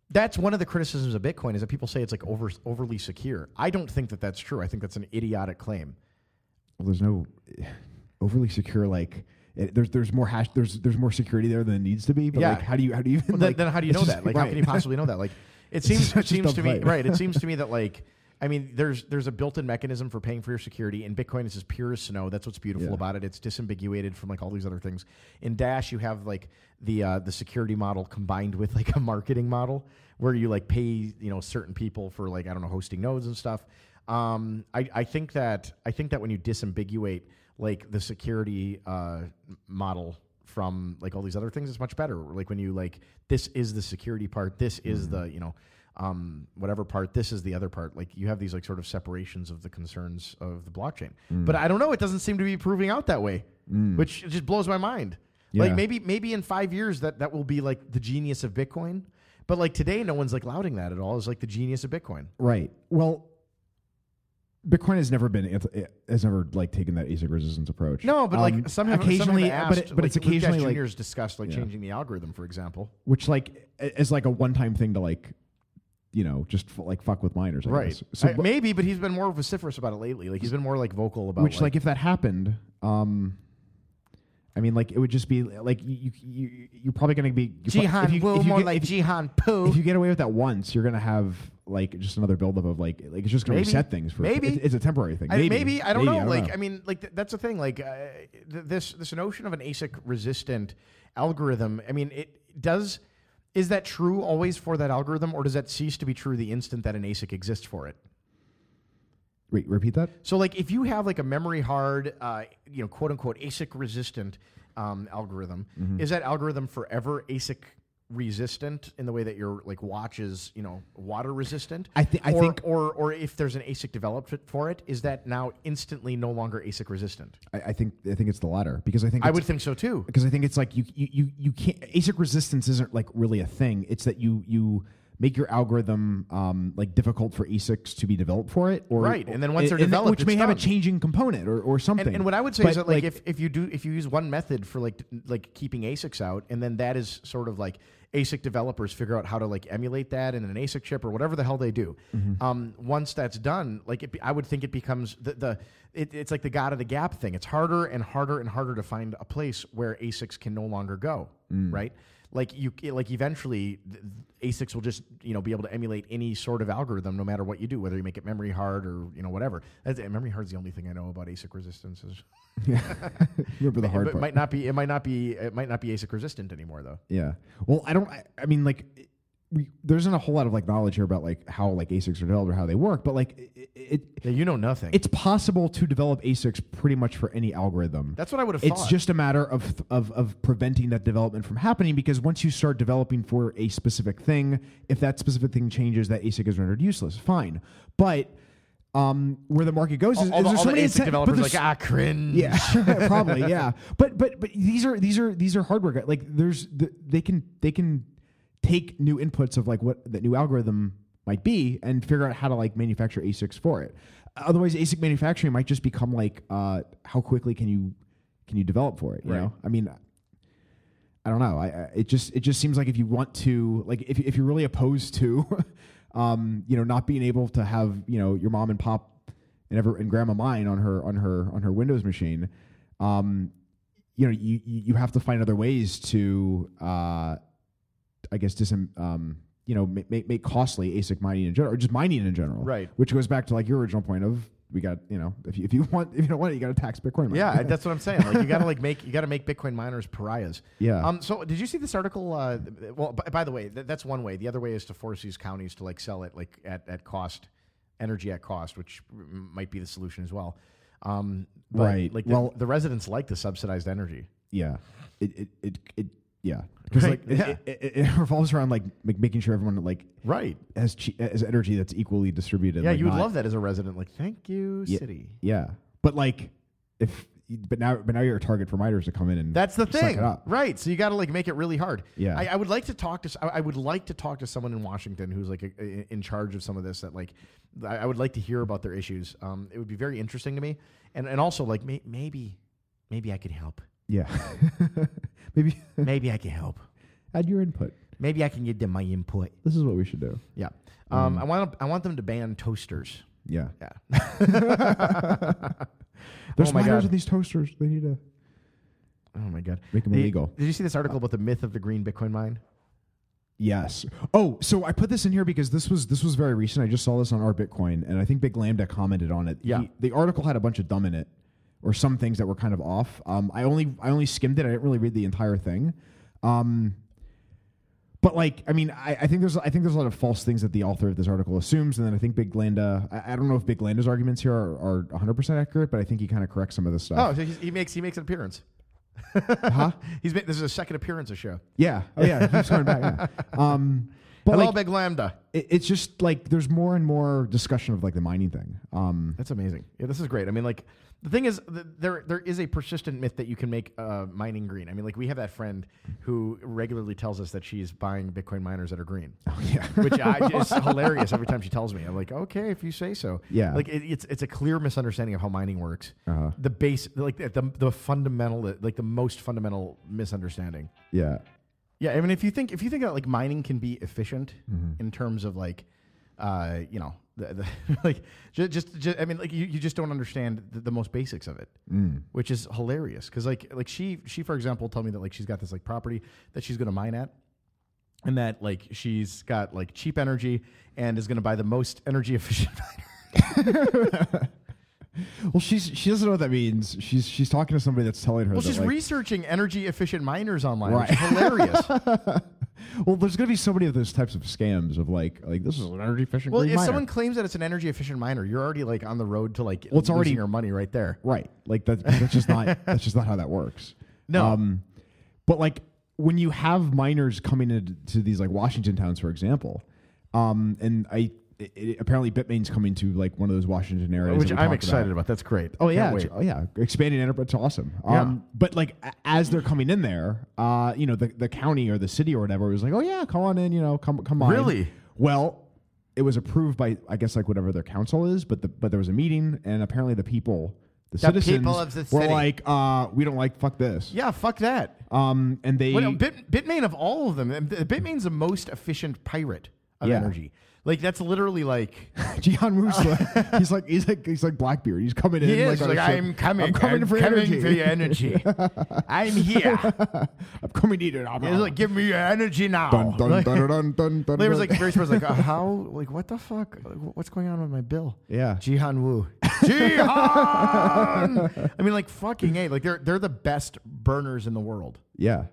Speaker 1: that's one of the criticisms of Bitcoin is that people say it's like over overly secure. I don't think that that's true. I think that's an idiotic claim.
Speaker 2: well, there's no overly secure like it, there's there's more hash there's there's more security there than it needs to be. But
Speaker 1: Yeah.
Speaker 2: like, how do you how do you even
Speaker 1: Well, then,
Speaker 2: like,
Speaker 1: then how do you
Speaker 2: it's
Speaker 1: know
Speaker 2: just-
Speaker 1: that? Like, how
Speaker 2: right.
Speaker 1: can you possibly know that? Like, it seems
Speaker 2: such
Speaker 1: it
Speaker 2: a
Speaker 1: seems
Speaker 2: dumb
Speaker 1: to me
Speaker 2: fight.
Speaker 1: right. It seems to me that like, I mean, there's there's a built-in mechanism for paying for your security, and Bitcoin is as pure as snow. That's what's beautiful
Speaker 2: Yeah.
Speaker 1: about it. It's disambiguated from like all these other things. In Dash, you have like the uh, the security model combined with like a marketing model where you like pay you know certain people for like I don't know hosting nodes and stuff. Um, I, I think that I think that when you disambiguate like the security uh, m- model from like all these other things it's much better like when you like this is the security part this is
Speaker 2: Mm-hmm.
Speaker 1: the you know um, whatever part this is the other part like you have these like sort of separations of the concerns of the blockchain
Speaker 2: Mm.
Speaker 1: but i don't know it doesn't seem to be proving out that way which just blows my mind
Speaker 2: Yeah.
Speaker 1: like maybe maybe in five years that that will be like the genius of bitcoin But like today, no one's like lauding that at all. It's like the genius of Bitcoin.
Speaker 2: Right. Well, Bitcoin has never been it has never like taken that ASIC resistance approach.
Speaker 1: No, but
Speaker 2: Um,
Speaker 1: like some have
Speaker 2: occasionally,
Speaker 1: some have asked,
Speaker 2: but, it- but
Speaker 1: like,
Speaker 2: it's
Speaker 1: Luke Cash
Speaker 2: occasionally like
Speaker 1: Jr.'s discussed like
Speaker 2: Yeah.
Speaker 1: changing the algorithm, for example.
Speaker 2: which like is like a one time thing to like, you know, just f- like fuck with miners. I
Speaker 1: Right.
Speaker 2: guess. So
Speaker 1: I-
Speaker 2: wh-
Speaker 1: maybe, but he's been more vociferous about it lately. Like he's been more like vocal about
Speaker 2: which like, if that happened, um, I mean like it would just be like you you, you you're probably gonna be you pro- if
Speaker 1: Jihan
Speaker 2: you-
Speaker 1: Wu,
Speaker 2: if you
Speaker 1: more
Speaker 2: get-
Speaker 1: like
Speaker 2: if you-
Speaker 1: Jihan Poo.
Speaker 2: if you get away with that once, you're gonna have like just another buildup of like like it's just gonna
Speaker 1: Maybe.
Speaker 2: reset things for
Speaker 1: Maybe.
Speaker 2: it's, it's a temporary thing.
Speaker 1: I-
Speaker 2: Maybe,
Speaker 1: I don't
Speaker 2: Maybe,
Speaker 1: know. like, I mean, like th- that's the thing. Like, uh, th- this this notion of an ASIC resistant algorithm. I mean, it does. Is that true always for that algorithm, or does that cease to be true the instant that an ASIC exists for it?
Speaker 2: wait, repeat that.
Speaker 1: So, like, if you have like a memory hard, uh, you know, quote unquote ASIC resistant um, algorithm,
Speaker 2: Mm-hmm.
Speaker 1: is that algorithm forever ASIC resistant in the way that your like watch is, you know, water resistant?
Speaker 2: I thi- I
Speaker 1: or,
Speaker 2: think-
Speaker 1: or or if there's an ASIC developed for it, is that now instantly no longer ASIC resistant?
Speaker 2: I, I think I think it's the latter because I think
Speaker 1: I
Speaker 2: it's-
Speaker 1: would think so too.
Speaker 2: because I think it's like you you you, you can't ASIC resistance isn't like really a thing. It's that you you make your algorithm um, like difficult for ASICs to be developed for it, or
Speaker 1: Right, and then once they're
Speaker 2: and then-
Speaker 1: developed,
Speaker 2: which may
Speaker 1: it's
Speaker 2: have a
Speaker 1: done.
Speaker 2: changing component or, or something.
Speaker 1: And, and what I would say
Speaker 2: But,
Speaker 1: is that like, if, if you do if you use one method for like d- like keeping ASICs out, and then that is sort of like ASIC developers figure out how to like emulate that in an ASIC chip or whatever the hell they do. Um, once that's done, like it, be- I would think it becomes the, the it, it's like the God of the Gap thing. It's harder and harder and harder to find a place where ASICs can no longer go. Right. Like you, it- like eventually, th- ASICs will just you know be able to emulate any sort of algorithm, no matter what you do, whether you make it memory hard or you know whatever. That's, it. memory hard's the only thing I know about ASIC resistance. Is
Speaker 2: remember the hard
Speaker 1: but it
Speaker 2: part,
Speaker 1: might not be. It might not be. It might not be ASIC resistant anymore, though.
Speaker 2: yeah. Well, I don't. I, I mean, like. it- We, there isn't a whole lot of like knowledge here about like how like ASICs are developed or how they work, but like it, it
Speaker 1: Yeah, you know nothing.
Speaker 2: it's possible to develop ASICs pretty much for any algorithm.
Speaker 1: That's what I would have
Speaker 2: it's
Speaker 1: thought.
Speaker 2: just a matter of, of of preventing that development from happening because once you start developing for a specific thing, if that specific thing changes, that ASIC is rendered useless. Fine, but um, where the market goes is,
Speaker 1: all, the,
Speaker 2: is
Speaker 1: all
Speaker 2: there's so
Speaker 1: the
Speaker 2: many
Speaker 1: ASIC
Speaker 2: incent-
Speaker 1: developers
Speaker 2: but
Speaker 1: are
Speaker 2: there's-
Speaker 1: like ah cringe.
Speaker 2: yeah, probably. Yeah, but but but these are these are these are hardware guys. Like there's th- they can they can take new inputs of like what that new algorithm might be and figure out how to like manufacture ASICs for it. Otherwise, ASIC manufacturing might just become like uh, how quickly can you can you develop for it? You
Speaker 1: Right.
Speaker 2: know, I mean. I don't know. I, I it just it just seems like if you want to like if if you're really opposed to, um, you know, not being able to have you know your mom and pop and ever and grandma mine on her on her on her Windows machine, um, you know, you you you have to find other ways to, uh, I guess, disem um, you know, make, make make costly ASIC mining in general or just mining in general,
Speaker 1: Right.
Speaker 2: Which goes back to like your original point of we got you know if you, if you want if you don't want it you got to tax Bitcoin. mining.
Speaker 1: Yeah, that's what I'm saying. Like you got to like make you got to make Bitcoin miners pariahs.
Speaker 2: Yeah.
Speaker 1: Um. So did you see this article? Uh, th- well, b- by the way, th- that's one way. The other way is to force these counties to like sell it like at, at cost, energy at cost, which m- might be the solution as well. Um. but,
Speaker 2: Right.
Speaker 1: Like the,
Speaker 2: Well-
Speaker 1: the residents like the subsidized energy.
Speaker 2: yeah it it it, it yeah because
Speaker 1: Right,
Speaker 2: like
Speaker 1: yeah.
Speaker 2: it, it, it revolves around like make, making sure everyone like
Speaker 1: Right.
Speaker 2: has che- has energy that's equally distributed
Speaker 1: Yeah,
Speaker 2: like,
Speaker 1: you would
Speaker 2: not-
Speaker 1: love that as a resident. Like, thank you,
Speaker 2: Yeah.
Speaker 1: city.
Speaker 2: yeah but like if but now but now you're a target for miners to come in and
Speaker 1: That's the
Speaker 2: suck
Speaker 1: thing,
Speaker 2: it up.
Speaker 1: right? So you got to like make it really hard.
Speaker 2: Yeah.
Speaker 1: I, I would like to talk to. s- I, I would like to talk to someone in Washington who's like a, a- in charge of some of this. That like, I, I would like to hear about their issues. Um, it would be very interesting to me, and and also like may, maybe, maybe I could help.
Speaker 2: yeah maybe
Speaker 1: maybe I can help.
Speaker 2: add your input
Speaker 1: Maybe I can give them my input.
Speaker 2: this is what we should do Mm.
Speaker 1: Yeah. Um, I want I want them to ban toasters.
Speaker 2: yeah
Speaker 1: Yeah.
Speaker 2: there's
Speaker 1: Oh my
Speaker 2: miners
Speaker 1: God.
Speaker 2: in these toasters they need to
Speaker 1: Oh my god.
Speaker 2: Make 'em
Speaker 1: The-
Speaker 2: illegal. Uh.
Speaker 1: Did you see this article about the myth of the green Bitcoin mine?
Speaker 2: Yes. Oh, so I put this in here because this was this was very recent. I just saw this on our Bitcoin, and I think Big Lambda commented on it.
Speaker 1: Yeah.
Speaker 2: the article had a bunch of dumb in it, or some things that were kind of off. Um, I only I only skimmed it. I didn't really read the entire thing. Um, but like, I mean, I, I think there's I think there's a lot of false things that the author of this article assumes, and then I think Big Lambda. I, I don't know if Big Lambda's arguments here are, are 100% accurate, but I think he kind of corrects some of this
Speaker 1: Oh, Uh-huh.
Speaker 2: stuff.
Speaker 1: so he's, he makes he makes an appearance.
Speaker 2: huh?
Speaker 1: He's made, this is a second appearance of show.
Speaker 2: Yeah. Oh yeah. He keeps coming back. yeah. Um, But
Speaker 1: Hello,
Speaker 2: like,
Speaker 1: Big Lambda.
Speaker 2: it, it's just like there's more and more discussion of like the mining thing. Um,
Speaker 1: That's amazing. Yeah, this is great. I mean, like the thing is, th- there there is a persistent myth that you can make uh, mining green. I mean, like we have that friend who regularly tells us that she's buying Bitcoin miners that are green. Oh yeah, which I, is hilarious every time she tells me. I'm like, okay, if you say so.
Speaker 2: Yeah. Uh-huh.
Speaker 1: like it, it's it's a clear misunderstanding of how mining works. The base, like the the fundamental, like the most fundamental misunderstanding.
Speaker 2: yeah,
Speaker 1: Yeah, I mean, if you think if you think that like mining can be efficient
Speaker 2: Mm-hmm.
Speaker 1: in terms of like, uh, you know, the, the like just, just ju- I mean, like you, you just don't understand the, the most basics of it,
Speaker 2: Mm.
Speaker 1: which is hilarious because like like she she for example told me that like she's got this like property that she's gonna mine at, and that like she's got like cheap energy and is gonna buy the most energy efficient.
Speaker 2: Well, she's she doesn't know what that means. She's she's talking to somebody that's telling her.
Speaker 1: well,
Speaker 2: that,
Speaker 1: she's
Speaker 2: like,
Speaker 1: researching energy efficient miners online,
Speaker 2: Right.
Speaker 1: which is hilarious.
Speaker 2: well, there's gonna be so many of those types of scams of like like this is an energy efficient.
Speaker 1: well,
Speaker 2: green
Speaker 1: if
Speaker 2: miner.
Speaker 1: someone claims that it's an energy efficient miner, you're already like on the road to like
Speaker 2: Well, it's
Speaker 1: losing
Speaker 2: already-
Speaker 1: your money right there.
Speaker 2: right, like that, that's just not that's just not how that works.
Speaker 1: No.
Speaker 2: um, but like when you have miners coming into to these like Washington towns, for example, um, and I it, it- apparently Bitmain's coming to like one of those Washington areas,
Speaker 1: which
Speaker 2: that we
Speaker 1: I'm
Speaker 2: talked
Speaker 1: excited
Speaker 2: about.
Speaker 1: about. That's great.
Speaker 2: Oh
Speaker 1: Can't
Speaker 2: yeah,
Speaker 1: wait.
Speaker 2: it's- oh yeah, expanding enterprise. It's awesome.
Speaker 1: Yeah.
Speaker 2: Um, but like a- as they're coming in there, uh, you know, the, the county or the city or whatever was like, oh yeah, come on in, you know, come come on.
Speaker 1: Really?
Speaker 2: Well, it was approved by I guess like whatever their council is, but the but there was a meeting and apparently the people, the, citizens
Speaker 1: people of the
Speaker 2: were
Speaker 1: city.
Speaker 2: like, uh, we don't like fuck this.
Speaker 1: Yeah, fuck that.
Speaker 2: Um, and they
Speaker 1: Well, no, Bit, Bitmain of all of them, and Bit- Bitmain's the most efficient pirate of
Speaker 2: Yeah.
Speaker 1: energy. Like that's literally like
Speaker 2: Gian Musla, he's like he's like he's like Blackbeard. He's coming in.
Speaker 1: he is.
Speaker 2: on
Speaker 1: Like
Speaker 2: a ship.
Speaker 1: I'm coming.
Speaker 2: I'm coming for energy.
Speaker 1: for your energy. I'm here.
Speaker 2: I'm coming to eat it.
Speaker 1: It's like give me your energy now.
Speaker 2: dun dun dun
Speaker 1: Like-
Speaker 2: dun dun dun. dun,
Speaker 1: They was
Speaker 2: dun.
Speaker 1: like very surprised, like uh, how, like what the fuck, Like, wh- what's going on with my bill?
Speaker 2: Yeah.
Speaker 1: Jihan Wu, Jihan. I mean, like fucking a, like they're they're the best burners in the world.
Speaker 2: Yeah.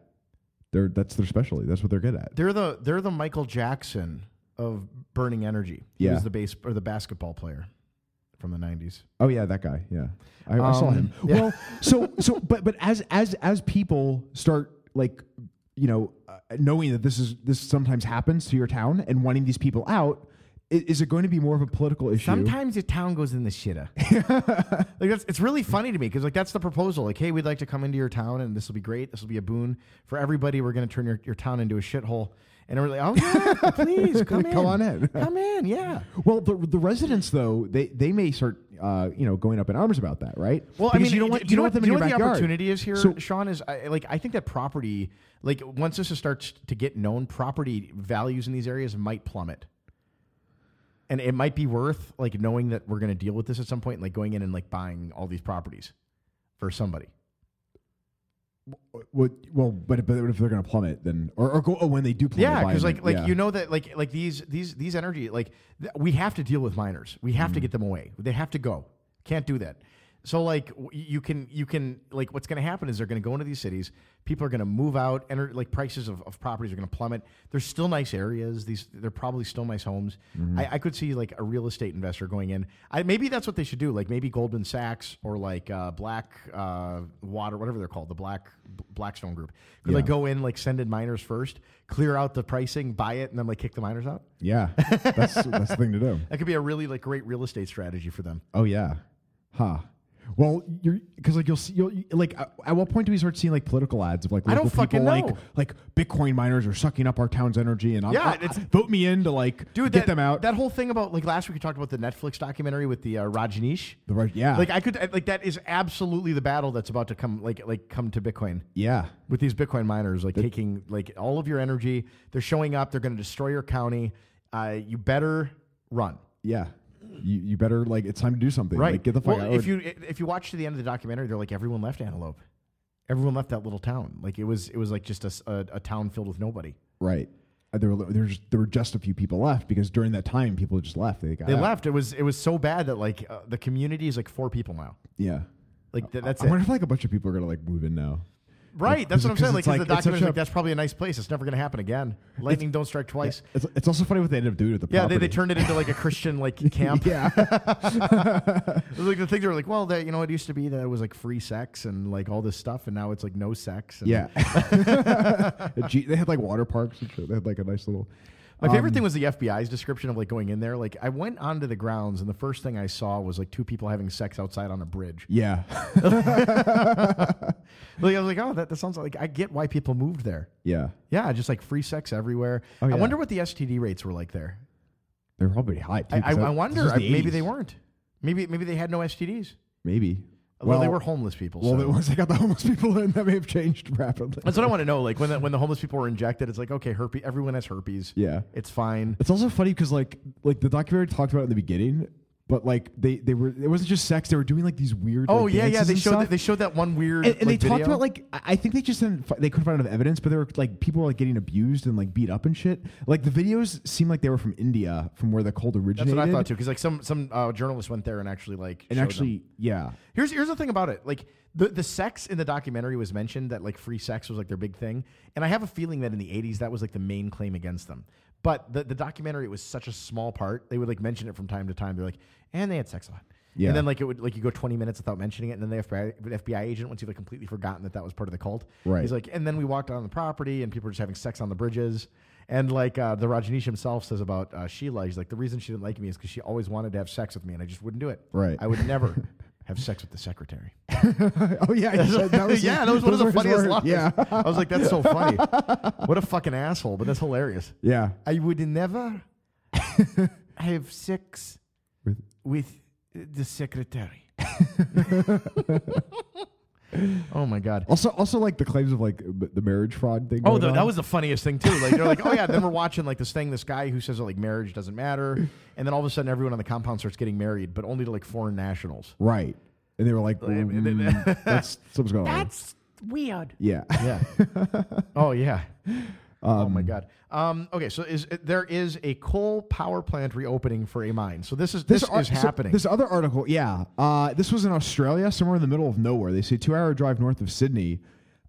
Speaker 2: They're that's their specialty. That's what they're good at.
Speaker 1: They're the they're the Michael Jackson of burning energy. He
Speaker 2: Yeah.
Speaker 1: was the base or the basketball player from the nineties.
Speaker 2: Oh yeah, that guy. Yeah. I, I saw
Speaker 1: Um,
Speaker 2: him.
Speaker 1: yeah.
Speaker 2: Well, so so but but as as as people start like you know uh, knowing that this is this sometimes happens to your town and wanting these people out i- is it going to be more of a political issue?
Speaker 1: Sometimes your town goes in the shitter. like that's it's really funny to me because like that's the proposal. Like, hey, we'd like to come into your town and this will be great. This will be a boon for everybody. We're gonna turn your, your town into a shithole. And we're like, oh yeah, please come in,
Speaker 2: Come on in.
Speaker 1: come in, yeah.
Speaker 2: Well, the, the residents though they, they may start uh, you know going up in arms about that, right?
Speaker 1: Well,
Speaker 2: Because
Speaker 1: I mean,
Speaker 2: you don't
Speaker 1: do-
Speaker 2: want
Speaker 1: do you
Speaker 2: you
Speaker 1: know what
Speaker 2: don't want them
Speaker 1: do you
Speaker 2: in
Speaker 1: know what the
Speaker 2: your backyard.
Speaker 1: opportunity is here,
Speaker 2: So-
Speaker 1: Sean? Is I, like I think that property, like once this starts to get known, property values in these areas might plummet, and it might be worth like knowing that we're going to deal with this at some point, like going in and like buying all these properties for somebody.
Speaker 2: Well, well, but but if they're going to plummet, then or, or go oh, when they do plummet,
Speaker 1: Yeah,
Speaker 2: buy
Speaker 1: because
Speaker 2: them
Speaker 1: like
Speaker 2: in.
Speaker 1: like
Speaker 2: Yeah.
Speaker 1: you know that like like these these these energy like th- we have to deal with miners. We
Speaker 2: Mm-hmm.
Speaker 1: have to get them away. They have to go. Can't do that. So like w- you can you can like what's going to happen is they're going to go into these cities. People are going to move out. Enter, like prices of, of properties are going to plummet. There's still nice areas. These they're probably still nice homes.
Speaker 2: Mm-hmm.
Speaker 1: I, I could see like a real estate investor going in. I, maybe that's what they should do. Like maybe Goldman Sachs or like uh, Black uh, Water, whatever they're called, the Black Blackstone Group. Could like
Speaker 2: Yeah.
Speaker 1: go in like send in miners first, clear out the pricing, buy it, and then like kick the miners out.
Speaker 2: yeah, that's that's the thing to do.
Speaker 1: That could be a really like great real estate strategy for them.
Speaker 2: Oh yeah, huh? Well, you're because like you'll see you'll you- like at- at what point do we start seeing like political ads of like
Speaker 1: I
Speaker 2: local
Speaker 1: don't fucking
Speaker 2: people like
Speaker 1: know.
Speaker 2: like Bitcoin miners are sucking up our town's energy and I'm,
Speaker 1: Yeah,
Speaker 2: I- I-
Speaker 1: it's-
Speaker 2: vote me in to like
Speaker 1: Dude,
Speaker 2: get
Speaker 1: that,
Speaker 2: them out.
Speaker 1: That whole thing about like last week we talked about the Netflix documentary with the uh, Rajneesh.
Speaker 2: The right- yeah,
Speaker 1: Like I could like that is absolutely the battle that's about to come like like come to Bitcoin
Speaker 2: yeah,
Speaker 1: with these Bitcoin miners like taking like all of your energy. They're showing up. They're going to destroy your county. Uh, you better run.
Speaker 2: yeah. You you better like it's time to do something.
Speaker 1: Right.
Speaker 2: Like, get the fuck
Speaker 1: well,
Speaker 2: out.
Speaker 1: If you if you watch to the end of the documentary, they're like everyone left Antelope. Everyone left that little town. Like it was it was like just a, s- a- a town filled with nobody.
Speaker 2: right. Uh, There were, there, were just, there were just a few people left because during that time people just left. They got
Speaker 1: They
Speaker 2: out.
Speaker 1: left. It was it was so bad that like uh, the community is like four people now.
Speaker 2: Yeah,
Speaker 1: Like th- that's
Speaker 2: I
Speaker 1: it.
Speaker 2: wonder if like a bunch of people are gonna like move in now.
Speaker 1: Right, that's what I'm
Speaker 2: Because
Speaker 1: saying. Like,
Speaker 2: it's
Speaker 1: 'cause
Speaker 2: like-
Speaker 1: the
Speaker 2: it's such
Speaker 1: documentary's
Speaker 2: a-
Speaker 1: like, that's probably a nice place. It's never going to happen again. Lightning don't strike twice.
Speaker 2: It's, it's also funny what they ended up doing with the
Speaker 1: Yeah, they, they
Speaker 2: property.
Speaker 1: turned it into like a Christian like camp.
Speaker 2: yeah.
Speaker 1: It was like the things that were like, well, that you know, it used to be that it was like free sex and like all this stuff, and now it's like no sex. And
Speaker 2: Yeah. Gee, they had like water parks and shit. They had like a nice little.
Speaker 1: My favorite
Speaker 2: Um,
Speaker 1: thing was the FBI's description of like going in there. Like I went onto the grounds and the first thing I saw was like two people having sex outside on a bridge.
Speaker 2: Yeah.
Speaker 1: Like I was like, oh, that, that sounds like I get why people moved there.
Speaker 2: yeah.
Speaker 1: Yeah, just like free sex everywhere.
Speaker 2: Oh, yeah.
Speaker 1: I wonder what the STD rates were like there.
Speaker 2: They're probably high. Too,
Speaker 1: I,
Speaker 2: 'cause
Speaker 1: I,
Speaker 2: that-
Speaker 1: I
Speaker 2: this
Speaker 1: wonder.
Speaker 2: was
Speaker 1: I-
Speaker 2: the
Speaker 1: maybe
Speaker 2: 80s.
Speaker 1: they weren't. Maybe maybe they had no STDs.
Speaker 2: Maybe.
Speaker 1: Well, they were homeless people.
Speaker 2: Well,
Speaker 1: so.
Speaker 2: then once they got the homeless people in, that may have changed rapidly.
Speaker 1: That's what I want to know. Like when the, when the homeless people were injected, it's like okay, herpes. Everyone has herpes.
Speaker 2: Yeah.
Speaker 1: it's fine.
Speaker 2: It's also funny because like like the documentary talked about it in the beginning, but like they they were it wasn't just sex. They were doing like these weird.
Speaker 1: Oh
Speaker 2: like,
Speaker 1: yeah, yeah.
Speaker 2: dances
Speaker 1: They
Speaker 2: and
Speaker 1: showed
Speaker 2: stuff.
Speaker 1: that, they showed that one weird.
Speaker 2: and, and
Speaker 1: like,
Speaker 2: they talked
Speaker 1: video.
Speaker 2: about like I I think they just didn't fi- they couldn't find enough evidence, but they were like people were like getting abused and like beat up and shit. Like the videos seem like they were from India, from where the cold
Speaker 1: That's
Speaker 2: originated.
Speaker 1: what I thought too. Because like some some uh, journalist went there and actually like
Speaker 2: And
Speaker 1: showed
Speaker 2: actually,
Speaker 1: them.
Speaker 2: yeah,
Speaker 1: here's here's the thing about it. Like the the sex in the documentary was mentioned that like free sex was like their big thing, and I have a feeling that in the '80s that was like the main claim against them. But the the documentary it was such a small part. They would like mention it from time to time. They're like, and they had sex a lot.
Speaker 2: Yeah.
Speaker 1: And then like it would like you go 20 minutes without mentioning it, and then the FBI, the FBI agent once you've like completely forgotten that that was part of the cult.
Speaker 2: Right.
Speaker 1: He's like, and then we walked out on the property, and people were just having sex on the bridges. And like uh, the Rajneesh himself says about uh, Sheila, he's like, the reason she didn't like me is because she always wanted to have sex with me, and I just wouldn't do it.
Speaker 2: Right.
Speaker 1: I would never have sex with the secretary.
Speaker 2: oh yeah, he said that was
Speaker 1: yeah,
Speaker 2: his-
Speaker 1: that was one of
Speaker 2: those were
Speaker 1: the
Speaker 2: his
Speaker 1: funniest
Speaker 2: words.
Speaker 1: lines.
Speaker 2: Yeah,
Speaker 1: I was like, that's so funny. what a fucking asshole, but that's hilarious.
Speaker 2: yeah.
Speaker 1: I would never have sex
Speaker 2: With-
Speaker 1: with the secretary. oh my god.
Speaker 2: Also, also like the claims of like b- the marriage fraud thing.
Speaker 1: Oh,
Speaker 2: going
Speaker 1: the,
Speaker 2: on.
Speaker 1: that was the funniest thing too. Like they're like, oh yeah. Then we're watching like this thing, this guy who says that like marriage doesn't matter, and then all of a sudden everyone on the compound starts getting married, but only to like foreign nationals.
Speaker 2: right, and they were like,
Speaker 1: mean, they-
Speaker 2: mm, that's something's going on.
Speaker 1: weird.
Speaker 2: yeah,
Speaker 1: Yeah. oh yeah. oh my god. Um, okay, so is there is a coal power plant reopening for a mine? So this is this,
Speaker 2: ar-
Speaker 1: is
Speaker 2: so
Speaker 1: happening.
Speaker 2: this other article, yeah. Uh, this was in Australia, somewhere in the middle of nowhere. They say two hour drive north of Sydney.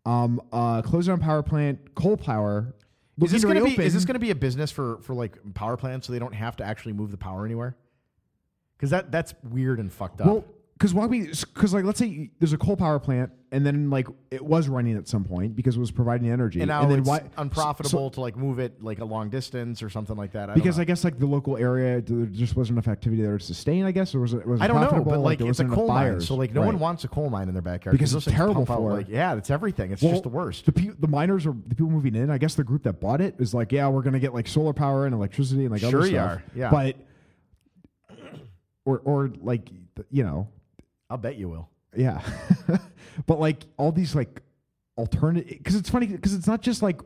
Speaker 2: Um, uh, closed down power plant, coal power.
Speaker 1: is this
Speaker 2: going
Speaker 1: gonna
Speaker 2: to
Speaker 1: be is this gonna be a business for for like power plants so they don't have to actually move the power anywhere? Because that that's weird and fucked up.
Speaker 2: Well, because why we? Because like, let's say you- there's a coal power plant, and then like it was running at some point because it was providing energy,
Speaker 1: and now
Speaker 2: then
Speaker 1: it's
Speaker 2: why
Speaker 1: unprofitable
Speaker 2: so-
Speaker 1: to like move it like a long distance or something like that. I
Speaker 2: because
Speaker 1: don't know.
Speaker 2: I guess like the local area, there just wasn't enough activity there to sustain. I guess or was it? Was it
Speaker 1: I don't know,
Speaker 2: profitable,
Speaker 1: but like,
Speaker 2: there
Speaker 1: it's a
Speaker 2: wasn't enough
Speaker 1: coal mine,
Speaker 2: buyers.
Speaker 1: so like no one
Speaker 2: Right.
Speaker 1: wants a coal mine in their backyard
Speaker 2: Because
Speaker 1: those
Speaker 2: it's
Speaker 1: things
Speaker 2: terrible
Speaker 1: pump out,
Speaker 2: for-
Speaker 1: like yeah, that's everything. It's
Speaker 2: Well,
Speaker 1: just the worst.
Speaker 2: The, pe- the miners are the people moving in. I guess the group that bought it is like, yeah, we're gonna get like solar power and electricity and like
Speaker 1: Sure
Speaker 2: other
Speaker 1: you
Speaker 2: stuff.
Speaker 1: are, yeah.
Speaker 2: but or or like th- you know,
Speaker 1: I'll bet you will.
Speaker 2: yeah. but like all these like alternative because it's funny because it's not just like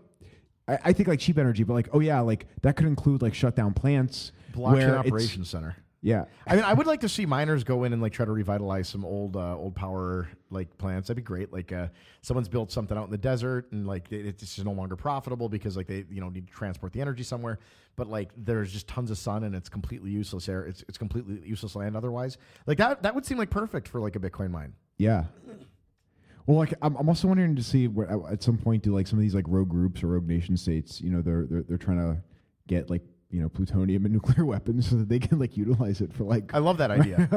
Speaker 2: I, I think like cheap energy, but like oh yeah, like that could include like shut down plants,
Speaker 1: Blockchain
Speaker 2: where it's-
Speaker 1: operations center.
Speaker 2: Yeah,
Speaker 1: I mean, I would like to see miners go in and like try to revitalize some old uh, old power like plants. That'd be great. Like uh, someone's built something out in the desert, and like it- it's just no longer profitable because like they you know need to transport the energy somewhere. But like there's just tons of sun, and it's completely useless air. It's it's completely useless land otherwise. Like that that would seem like perfect for like a Bitcoin mine.
Speaker 2: Yeah. Well, like I'm, I'm also wondering to see what at some point do like some of these like rogue groups or rogue nation states, you know, they're they're, they're trying to get like you know plutonium and nuclear weapons so that they can like utilize it for like
Speaker 1: I love that idea.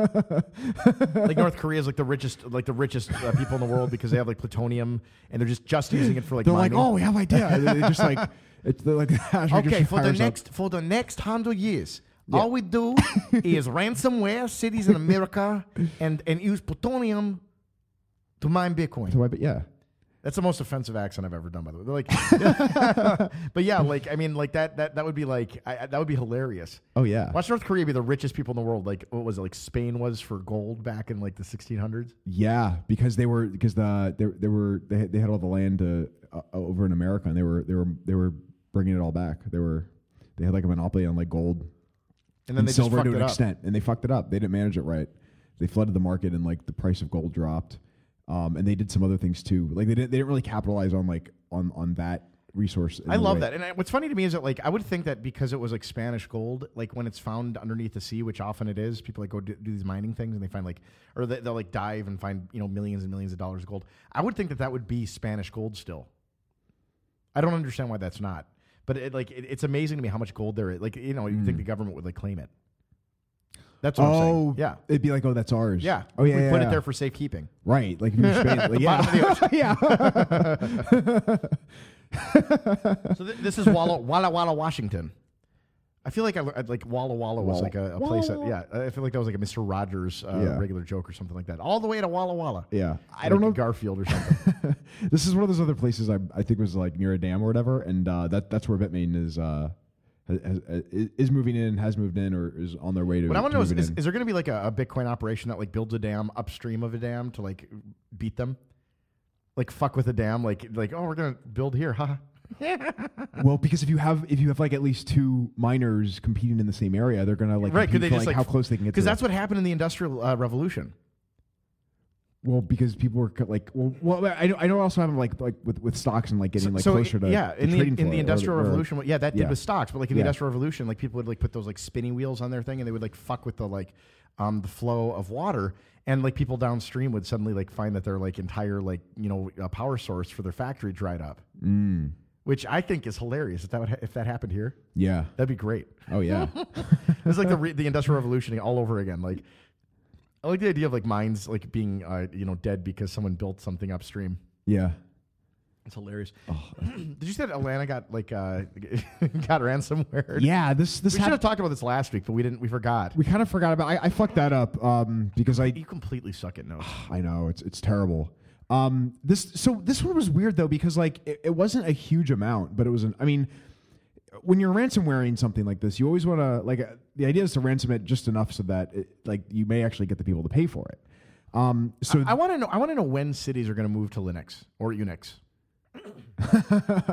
Speaker 1: like North Korea is like the richest like the richest uh, people in the world because they have like plutonium, and they're just just using it for like
Speaker 2: they're
Speaker 1: mining.
Speaker 2: like oh we have idea and they just like it's they're like
Speaker 1: Okay, for the next for the next hundred years, all we do is ransomware cities in America and and use plutonium to mine Bitcoin.
Speaker 2: so I, but yeah
Speaker 1: That's the most offensive accent I've ever done, by the way. They're like, but yeah, like I mean, like that that that would be like I, I- that would be hilarious.
Speaker 2: oh yeah
Speaker 1: Watch North Korea be the richest people in the world. Like what was it? Like Spain was for gold back in like the 1600s.
Speaker 2: yeah because they were because the they, they were they had, they had all the land to, uh, over in America and they were they were they were bringing it all back they were they had like a monopoly on like gold
Speaker 1: And then
Speaker 2: and
Speaker 1: they just
Speaker 2: silver
Speaker 1: fucked
Speaker 2: to
Speaker 1: it
Speaker 2: an
Speaker 1: up.
Speaker 2: extent, and they fucked it up. They didn't manage it right. They flooded the market, and like the price of gold dropped. Um, and they did some other things too. Like they didn't they didn't really capitalize on like on on that resource. in
Speaker 1: I
Speaker 2: the
Speaker 1: love
Speaker 2: way-
Speaker 1: that. And I, what's funny to me is that like I would think that because it was like Spanish gold, like when it's found underneath the sea, which often it is, people like go do, do these mining things and they find like or they, they'll like dive and find you know millions and millions of dollars of gold. I would think that that would be Spanish gold still. I don't understand why that's not. But it, like it, it's amazing to me how much gold there is. Like you know, you would think the government would like claim it. That's what I'm
Speaker 2: Hmm. Oh
Speaker 1: saying. Yeah.
Speaker 2: it'd be like oh that's ours.
Speaker 1: Yeah.
Speaker 2: Oh yeah.
Speaker 1: We
Speaker 2: yeah,
Speaker 1: put
Speaker 2: yeah.
Speaker 1: it there for safekeeping.
Speaker 2: Right. Like if you're Spain, like, yeah. yeah.
Speaker 1: So th- this is Walla Walla Walla, Washington. I feel like I lear- I'd like Walla Walla was
Speaker 2: Walla-
Speaker 1: like a, a
Speaker 2: Walla
Speaker 1: place that
Speaker 2: Walla.
Speaker 1: yeah. I feel like that was like a Mister Rogers uh,
Speaker 2: Yeah.
Speaker 1: regular joke or something like that. All the way to Walla Walla.
Speaker 2: Yeah.
Speaker 1: I don't know Garfield or something.
Speaker 2: this is one of those other places I, I think was like near a dam or whatever, and uh, that that's where Bitmain is uh, has, has, is moving in, has moved in, or is on their way to.
Speaker 1: What I want to
Speaker 2: to
Speaker 1: know is,
Speaker 2: moving
Speaker 1: is,
Speaker 2: in.
Speaker 1: is there going to be like a, a Bitcoin operation that like builds a dam upstream of a dam to like beat them, like fuck with a dam, like like oh we're gonna build here, haha.
Speaker 2: well, because if you have if you have like at least two miners competing in the same area, they're gonna like
Speaker 1: right? Could
Speaker 2: compete
Speaker 1: they
Speaker 2: for,
Speaker 1: just like
Speaker 2: how close they can get?
Speaker 1: Because
Speaker 2: to
Speaker 1: that's what happened in the industrial uh, revolution.
Speaker 2: it. well because people were co- like well, well I know I know also happened like like with, with stocks and like getting like
Speaker 1: so
Speaker 2: closer
Speaker 1: it-
Speaker 2: to
Speaker 1: yeah,
Speaker 2: to
Speaker 1: in the
Speaker 2: trading
Speaker 1: in
Speaker 2: floor
Speaker 1: the
Speaker 2: or-
Speaker 1: industrial
Speaker 2: or-
Speaker 1: revolution, yeah, that did
Speaker 2: yeah.
Speaker 1: with stocks, but like in the
Speaker 2: Yeah.
Speaker 1: industrial revolution, like people would like put those like spinning wheels on their thing, and they would like fuck with the like um the flow of water, and like people downstream would suddenly like find that their like entire like you know uh, power source for their factory dried up,
Speaker 2: Mm.
Speaker 1: which I think is hilarious. If that would ha- if that happened here,
Speaker 2: yeah
Speaker 1: that'd be great.
Speaker 2: oh yeah
Speaker 1: It's like the re- the industrial revolution all over again. Like I like the idea of like mines like being uh, you know dead because someone built something upstream.
Speaker 2: yeah
Speaker 1: It's hilarious.
Speaker 2: Oh,
Speaker 1: Did you say that Atlanta got like uh, got ransomware?
Speaker 2: yeah this this
Speaker 1: We should
Speaker 2: happened.
Speaker 1: have talked about this last week, but we didn't. We forgot.
Speaker 2: We kind of forgot about. I, I fucked that up um, because I
Speaker 1: you completely suck at notes.
Speaker 2: I know it's it's terrible. Um, this so this one was weird though because like it, it wasn't a huge amount, but it was an. I mean, when you're ransomwareing something like this, you always want to like uh, the idea is to ransom it just enough so that it, like you may actually get the people to pay for it. Um, so
Speaker 1: I want to know. I want to know when cities are going to move to Linux or Unix
Speaker 2: yeah.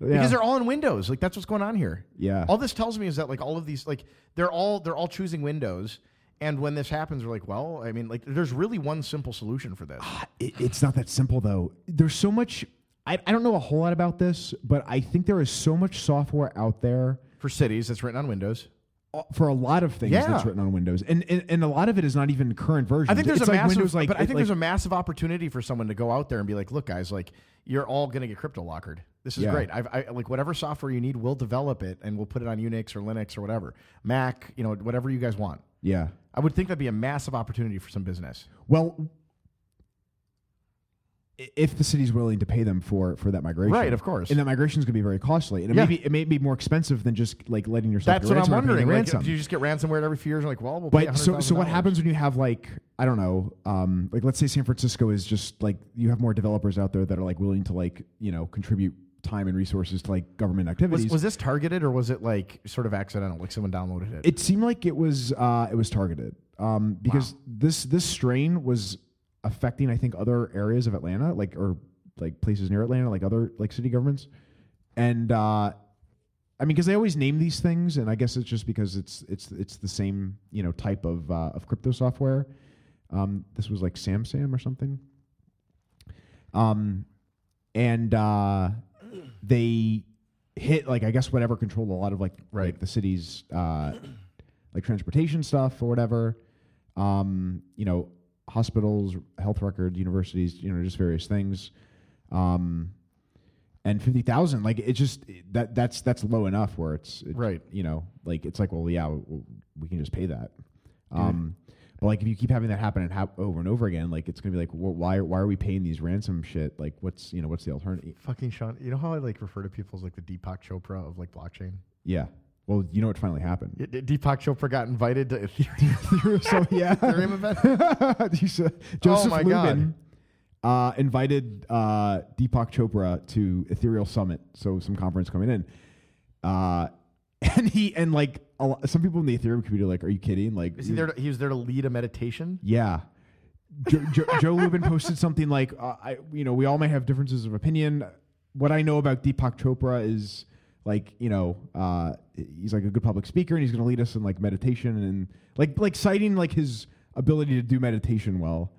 Speaker 1: because they're all in Windows. Like that's what's going on here.
Speaker 2: Yeah.
Speaker 1: All this tells me is that like all of these like they're all they're all choosing Windows. And when this happens, we're like, well, I mean, like, there's really one simple solution for this.
Speaker 2: it, it's not that simple though. There's so much. I, I don't know a whole lot about this, but I think there is so much software out there
Speaker 1: For cities, that's written on Windows.
Speaker 2: uh, for a lot of things
Speaker 1: Yeah.
Speaker 2: that's written on Windows, and, and and a lot of it is not even current versions.
Speaker 1: I think there's
Speaker 2: It's
Speaker 1: a
Speaker 2: like
Speaker 1: massive,
Speaker 2: Windows, like
Speaker 1: but I
Speaker 2: it-
Speaker 1: think
Speaker 2: like-
Speaker 1: there's a massive opportunity for someone to go out there and be like, "Look, guys, like you're all going to get crypto lockered. This is
Speaker 2: Yeah.
Speaker 1: great. I've, I like whatever software you need, we'll develop it and we'll put it on Unix or Linux or whatever, Mac, you know, whatever you guys want."
Speaker 2: yeah.
Speaker 1: I would think that'd be a massive opportunity for some business.
Speaker 2: Well, i- if the city's willing to pay them for for that migration,
Speaker 1: Right, of course.
Speaker 2: and that migration is going to be very costly, and it
Speaker 1: Yeah.
Speaker 2: may be it may be more expensive than just like letting yourself.
Speaker 1: That's
Speaker 2: get
Speaker 1: what I'm
Speaker 2: ransomware and paying
Speaker 1: wondering.
Speaker 2: the
Speaker 1: Like,
Speaker 2: ransom.
Speaker 1: do you just get ransomware every few years? And like, well, we'll pay
Speaker 2: but so so what
Speaker 1: $100,000?
Speaker 2: happens when you have like I don't know, um, like let's say San Francisco is just like you have more developers out there that are like willing to like you know contribute time and resources to like government activities.
Speaker 1: Was, was this targeted or was it like sort of accidental? Like someone downloaded it.
Speaker 2: it seemed like it was uh, it was targeted um, because this this strain was affecting I think other areas of Atlanta like or like places near Atlanta like other like city governments and uh, I mean because they always name these things and I guess it's just because it's it's it's the same you know type of uh, of crypto software um, this was like SamSam or something um, and uh, they hit like I guess whatever controlled a lot of like
Speaker 1: Right.
Speaker 2: like the city's uh, like transportation stuff or whatever. Um, you know, hospitals, health records, universities, you know, just various things. Um, and fifty thousand, like it just that that's that's low enough where it's it-
Speaker 1: Right.
Speaker 2: You know, like it's like well, yeah, w- w- we can just pay that. Um, but like if you keep having that happen and hap- over and over again, like it's gonna be like, well, why why are we paying these ransom shit? Like, what's you know what's the alternative?
Speaker 1: Fucking Sean, you know how I like refer to people as like the Deepak Chopra of like blockchain.
Speaker 2: Yeah. Well, you know what finally happened.
Speaker 1: Yeah, D- Deepak Chopra got invited to Ethereum.
Speaker 2: so yeah,
Speaker 1: Ethereum event.
Speaker 2: You saw- Joseph
Speaker 1: Oh my
Speaker 2: Lubin Uh, invited uh, Deepak Chopra to Ethereal Summit, so some conference coming in, uh, and he and like a lo- some people in the Ethereum community are like, "Are you kidding?" Like,
Speaker 1: Is he there? To, he was there to lead a meditation.
Speaker 2: yeah. Joe, Joe, Joe Lubin posted something like, uh, "I, you know, we all may have differences of opinion. What I know about Deepak Chopra is like, you know, uh, he's like a good public speaker, and he's going to lead us in like meditation and like, like citing like his ability to do meditation well,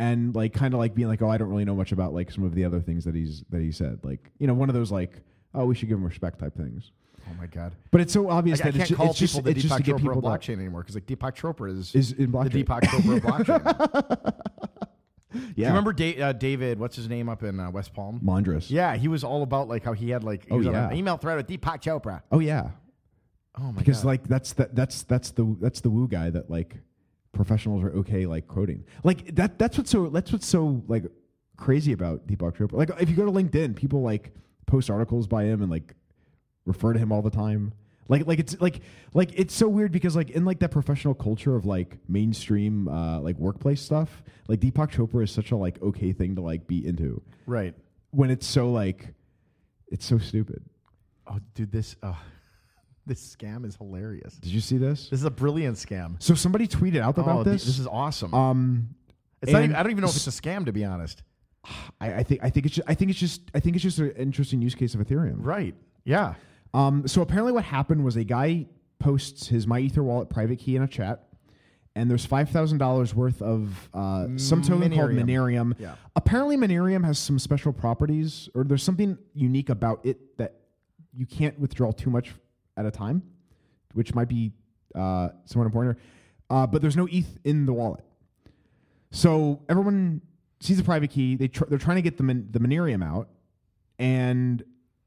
Speaker 2: and like kind of like being like, oh, I don't really know much about like some of the other things that he's that he said. Like, you know, one of those like, oh, we should give him respect type things.
Speaker 1: Oh my god!
Speaker 2: But it's so
Speaker 1: I, I
Speaker 2: obvious that
Speaker 1: can't
Speaker 2: it's, ju-
Speaker 1: call
Speaker 2: it's just
Speaker 1: people the
Speaker 2: it's just
Speaker 1: Deepak
Speaker 2: to get
Speaker 1: Chopra
Speaker 2: people
Speaker 1: of
Speaker 2: to-
Speaker 1: blockchain anymore because like Deepak Chopra is,
Speaker 2: is in blockchain.
Speaker 1: the Deepak Chopra of blockchain.
Speaker 2: yeah.
Speaker 1: Do you remember da- uh, David? What's his name up in uh, West Palm?
Speaker 2: Mondras?
Speaker 1: Yeah, he was all about like how he had like he
Speaker 2: Oh,
Speaker 1: was on
Speaker 2: yeah.
Speaker 1: an email thread with Deepak Chopra.
Speaker 2: Oh yeah.
Speaker 1: Oh my
Speaker 2: because
Speaker 1: god!
Speaker 2: like that's the, that's that's the that's the woo guy that like professionals are okay like quoting like that that's what's so that's what's so like crazy about Deepak Chopra like if you go to LinkedIn people like post articles by him and like refer to him all the time Like like it's like like it's so weird because like in like that professional culture of like mainstream uh, like workplace stuff, like Deepak Chopra is such a like okay thing to like be into
Speaker 1: Right.
Speaker 2: when it's so like it's so stupid.
Speaker 1: Oh, dude, this uh, this scam is hilarious.
Speaker 2: Did you see this?
Speaker 1: This is a brilliant scam.
Speaker 2: So somebody tweeted out about
Speaker 1: oh, th-
Speaker 2: this.
Speaker 1: This is awesome.
Speaker 2: um
Speaker 1: it's not
Speaker 2: and
Speaker 1: even, I don't even know if it's a scam, to be honest.
Speaker 2: I, I think I think it's just, I think it's just I think it's just an interesting use case of Ethereum.
Speaker 1: Right. Yeah.
Speaker 2: Um, so apparently, what happened was a guy posts his My Ether wallet private key in a chat, and there's five thousand dollars worth of uh, some token called
Speaker 1: Minerium.
Speaker 2: Minerium.
Speaker 1: Yeah.
Speaker 2: Apparently, Minerium has some special properties, or there's something unique about it that you can't withdraw too much at a time, which might be uh, somewhat important. Uh, but there's no ETH in the wallet, so everyone sees the private key. They tr- they're trying to get the min- the Minerium out, and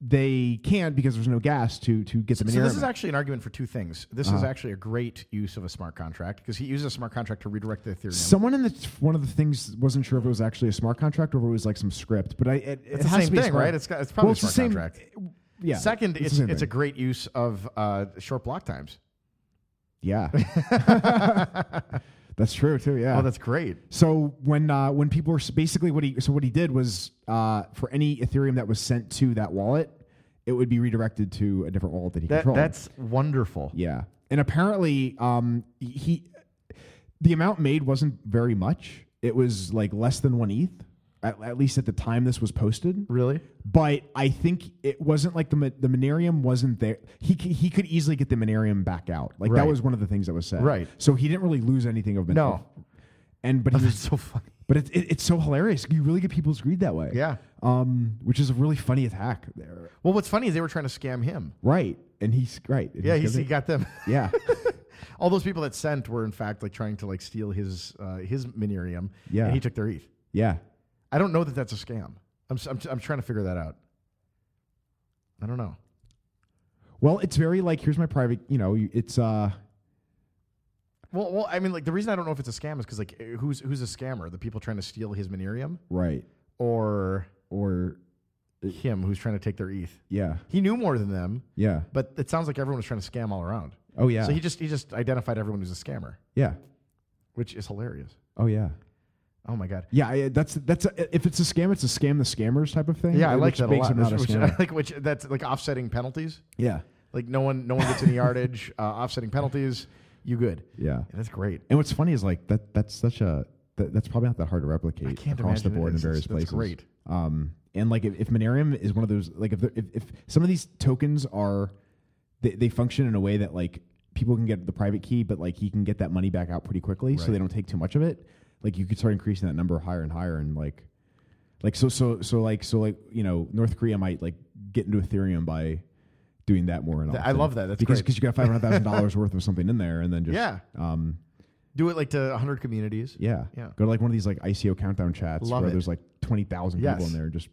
Speaker 2: they can't because there's no gas to to get the Uh-huh.
Speaker 1: So
Speaker 2: Minerium.
Speaker 1: this is
Speaker 2: out.
Speaker 1: actually an argument for two things. This is actually a great use of a smart contract because he uses a smart contract to redirect the Ethereum.
Speaker 2: Someone in the one of the things wasn't sure if it was actually a smart contract or if it was like some script, but I it, it
Speaker 1: the
Speaker 2: has
Speaker 1: same
Speaker 2: to be a
Speaker 1: thing,
Speaker 2: smart-
Speaker 1: right? It's got- it's probably
Speaker 2: Well,
Speaker 1: a smart
Speaker 2: the same-
Speaker 1: contract.
Speaker 2: Yeah.
Speaker 1: Second,
Speaker 2: the
Speaker 1: it's
Speaker 2: same
Speaker 1: it's a
Speaker 2: thing.
Speaker 1: great use of uh, short block times.
Speaker 2: yeah. that's true too. Yeah.
Speaker 1: Oh, that's great.
Speaker 2: so when uh, when people were s- basically what he so what he did was uh, for any Ethereum that was sent to that wallet, it would be redirected to a different wallet that he
Speaker 1: That,
Speaker 2: controlled.
Speaker 1: that's wonderful.
Speaker 2: Yeah, and apparently, um, he the amount made wasn't very much. It was like less than one ETH, at, at least at the time this was posted.
Speaker 1: Really?
Speaker 2: But I think it wasn't like the mi- the Minerium wasn't there. He c- he could easily get the Minerium back out. Like
Speaker 1: Right.
Speaker 2: that was one of the things that was said.
Speaker 1: Right.
Speaker 2: So he didn't really lose anything of Minerium.
Speaker 1: No.
Speaker 2: And but he
Speaker 1: That's
Speaker 2: was,
Speaker 1: so funny.
Speaker 2: but it, it, it's so hilarious. You really get people's greed that way.
Speaker 1: Yeah.
Speaker 2: Um, which is a really funny attack there.
Speaker 1: Well, what's funny is they were trying to scam him.
Speaker 2: Right. And he's right. And
Speaker 1: Yeah,
Speaker 2: he's
Speaker 1: he's, he
Speaker 2: gonna-
Speaker 1: got them.
Speaker 2: yeah.
Speaker 1: All those people that sent were in fact like trying to like steal his uh, his minerium.
Speaker 2: Yeah.
Speaker 1: and he took their ETH.
Speaker 2: yeah.
Speaker 1: I don't know that that's a scam. I'm s- I'm, t- I'm trying to figure that out. I don't know.
Speaker 2: Well, it's very like here's my private. You know, you- it's uh,
Speaker 1: Well, well, I mean, like the reason I don't know if it's a scam is because like eh, who's who's a scammer? The people trying to steal his minerium
Speaker 2: right
Speaker 1: or
Speaker 2: or
Speaker 1: him who's trying to take their ETH?
Speaker 2: yeah,
Speaker 1: He knew more than them,
Speaker 2: yeah.
Speaker 1: but it sounds like everyone was trying to scam all around.
Speaker 2: Oh yeah,
Speaker 1: So he just he just identified everyone who's a scammer,
Speaker 2: yeah.
Speaker 1: which is hilarious.
Speaker 2: Oh yeah,
Speaker 1: Oh my god.
Speaker 2: yeah. I, that's that's a, if it's a scam, it's a scam the scammers type of thing.
Speaker 1: Yeah, I like
Speaker 2: which
Speaker 1: that a
Speaker 2: makes
Speaker 1: lot.
Speaker 2: him not a
Speaker 1: which,
Speaker 2: scammer.
Speaker 1: like which that's like offsetting penalties.
Speaker 2: yeah,
Speaker 1: Like no one, no one gets any yardage. Uh, offsetting penalties, you good.
Speaker 2: yeah.
Speaker 1: Yeah, that's great.
Speaker 2: And what's funny is like that that's such a that, that's probably not that hard to replicate
Speaker 1: I can't
Speaker 2: across the
Speaker 1: imagine it
Speaker 2: board in
Speaker 1: is.
Speaker 2: various
Speaker 1: That's- that's
Speaker 2: places.
Speaker 1: great.
Speaker 2: Um, and like if, if Monerium is one of those like if the- if, if some of these tokens are they, they function in a way that like people can get the private key, but like he can get that money back out pretty quickly, so
Speaker 1: Right.
Speaker 2: they don't take too much of it. Like you could start increasing that number higher and higher, and like like so so so like so like you know North Korea might like get into Ethereum by doing that more. And
Speaker 1: Th- I
Speaker 2: often.
Speaker 1: love that. That's
Speaker 2: because
Speaker 1: great.
Speaker 2: because you got five hundred thousand dollars worth of something in there, and then just
Speaker 1: Yeah.
Speaker 2: um
Speaker 1: Do it like to 100 communities.
Speaker 2: yeah.
Speaker 1: Yeah.
Speaker 2: Go to like one of these like ICO countdown chats
Speaker 1: Love
Speaker 2: where
Speaker 1: it.
Speaker 2: there's like 20,000
Speaker 1: Yes.
Speaker 2: people in there. Just,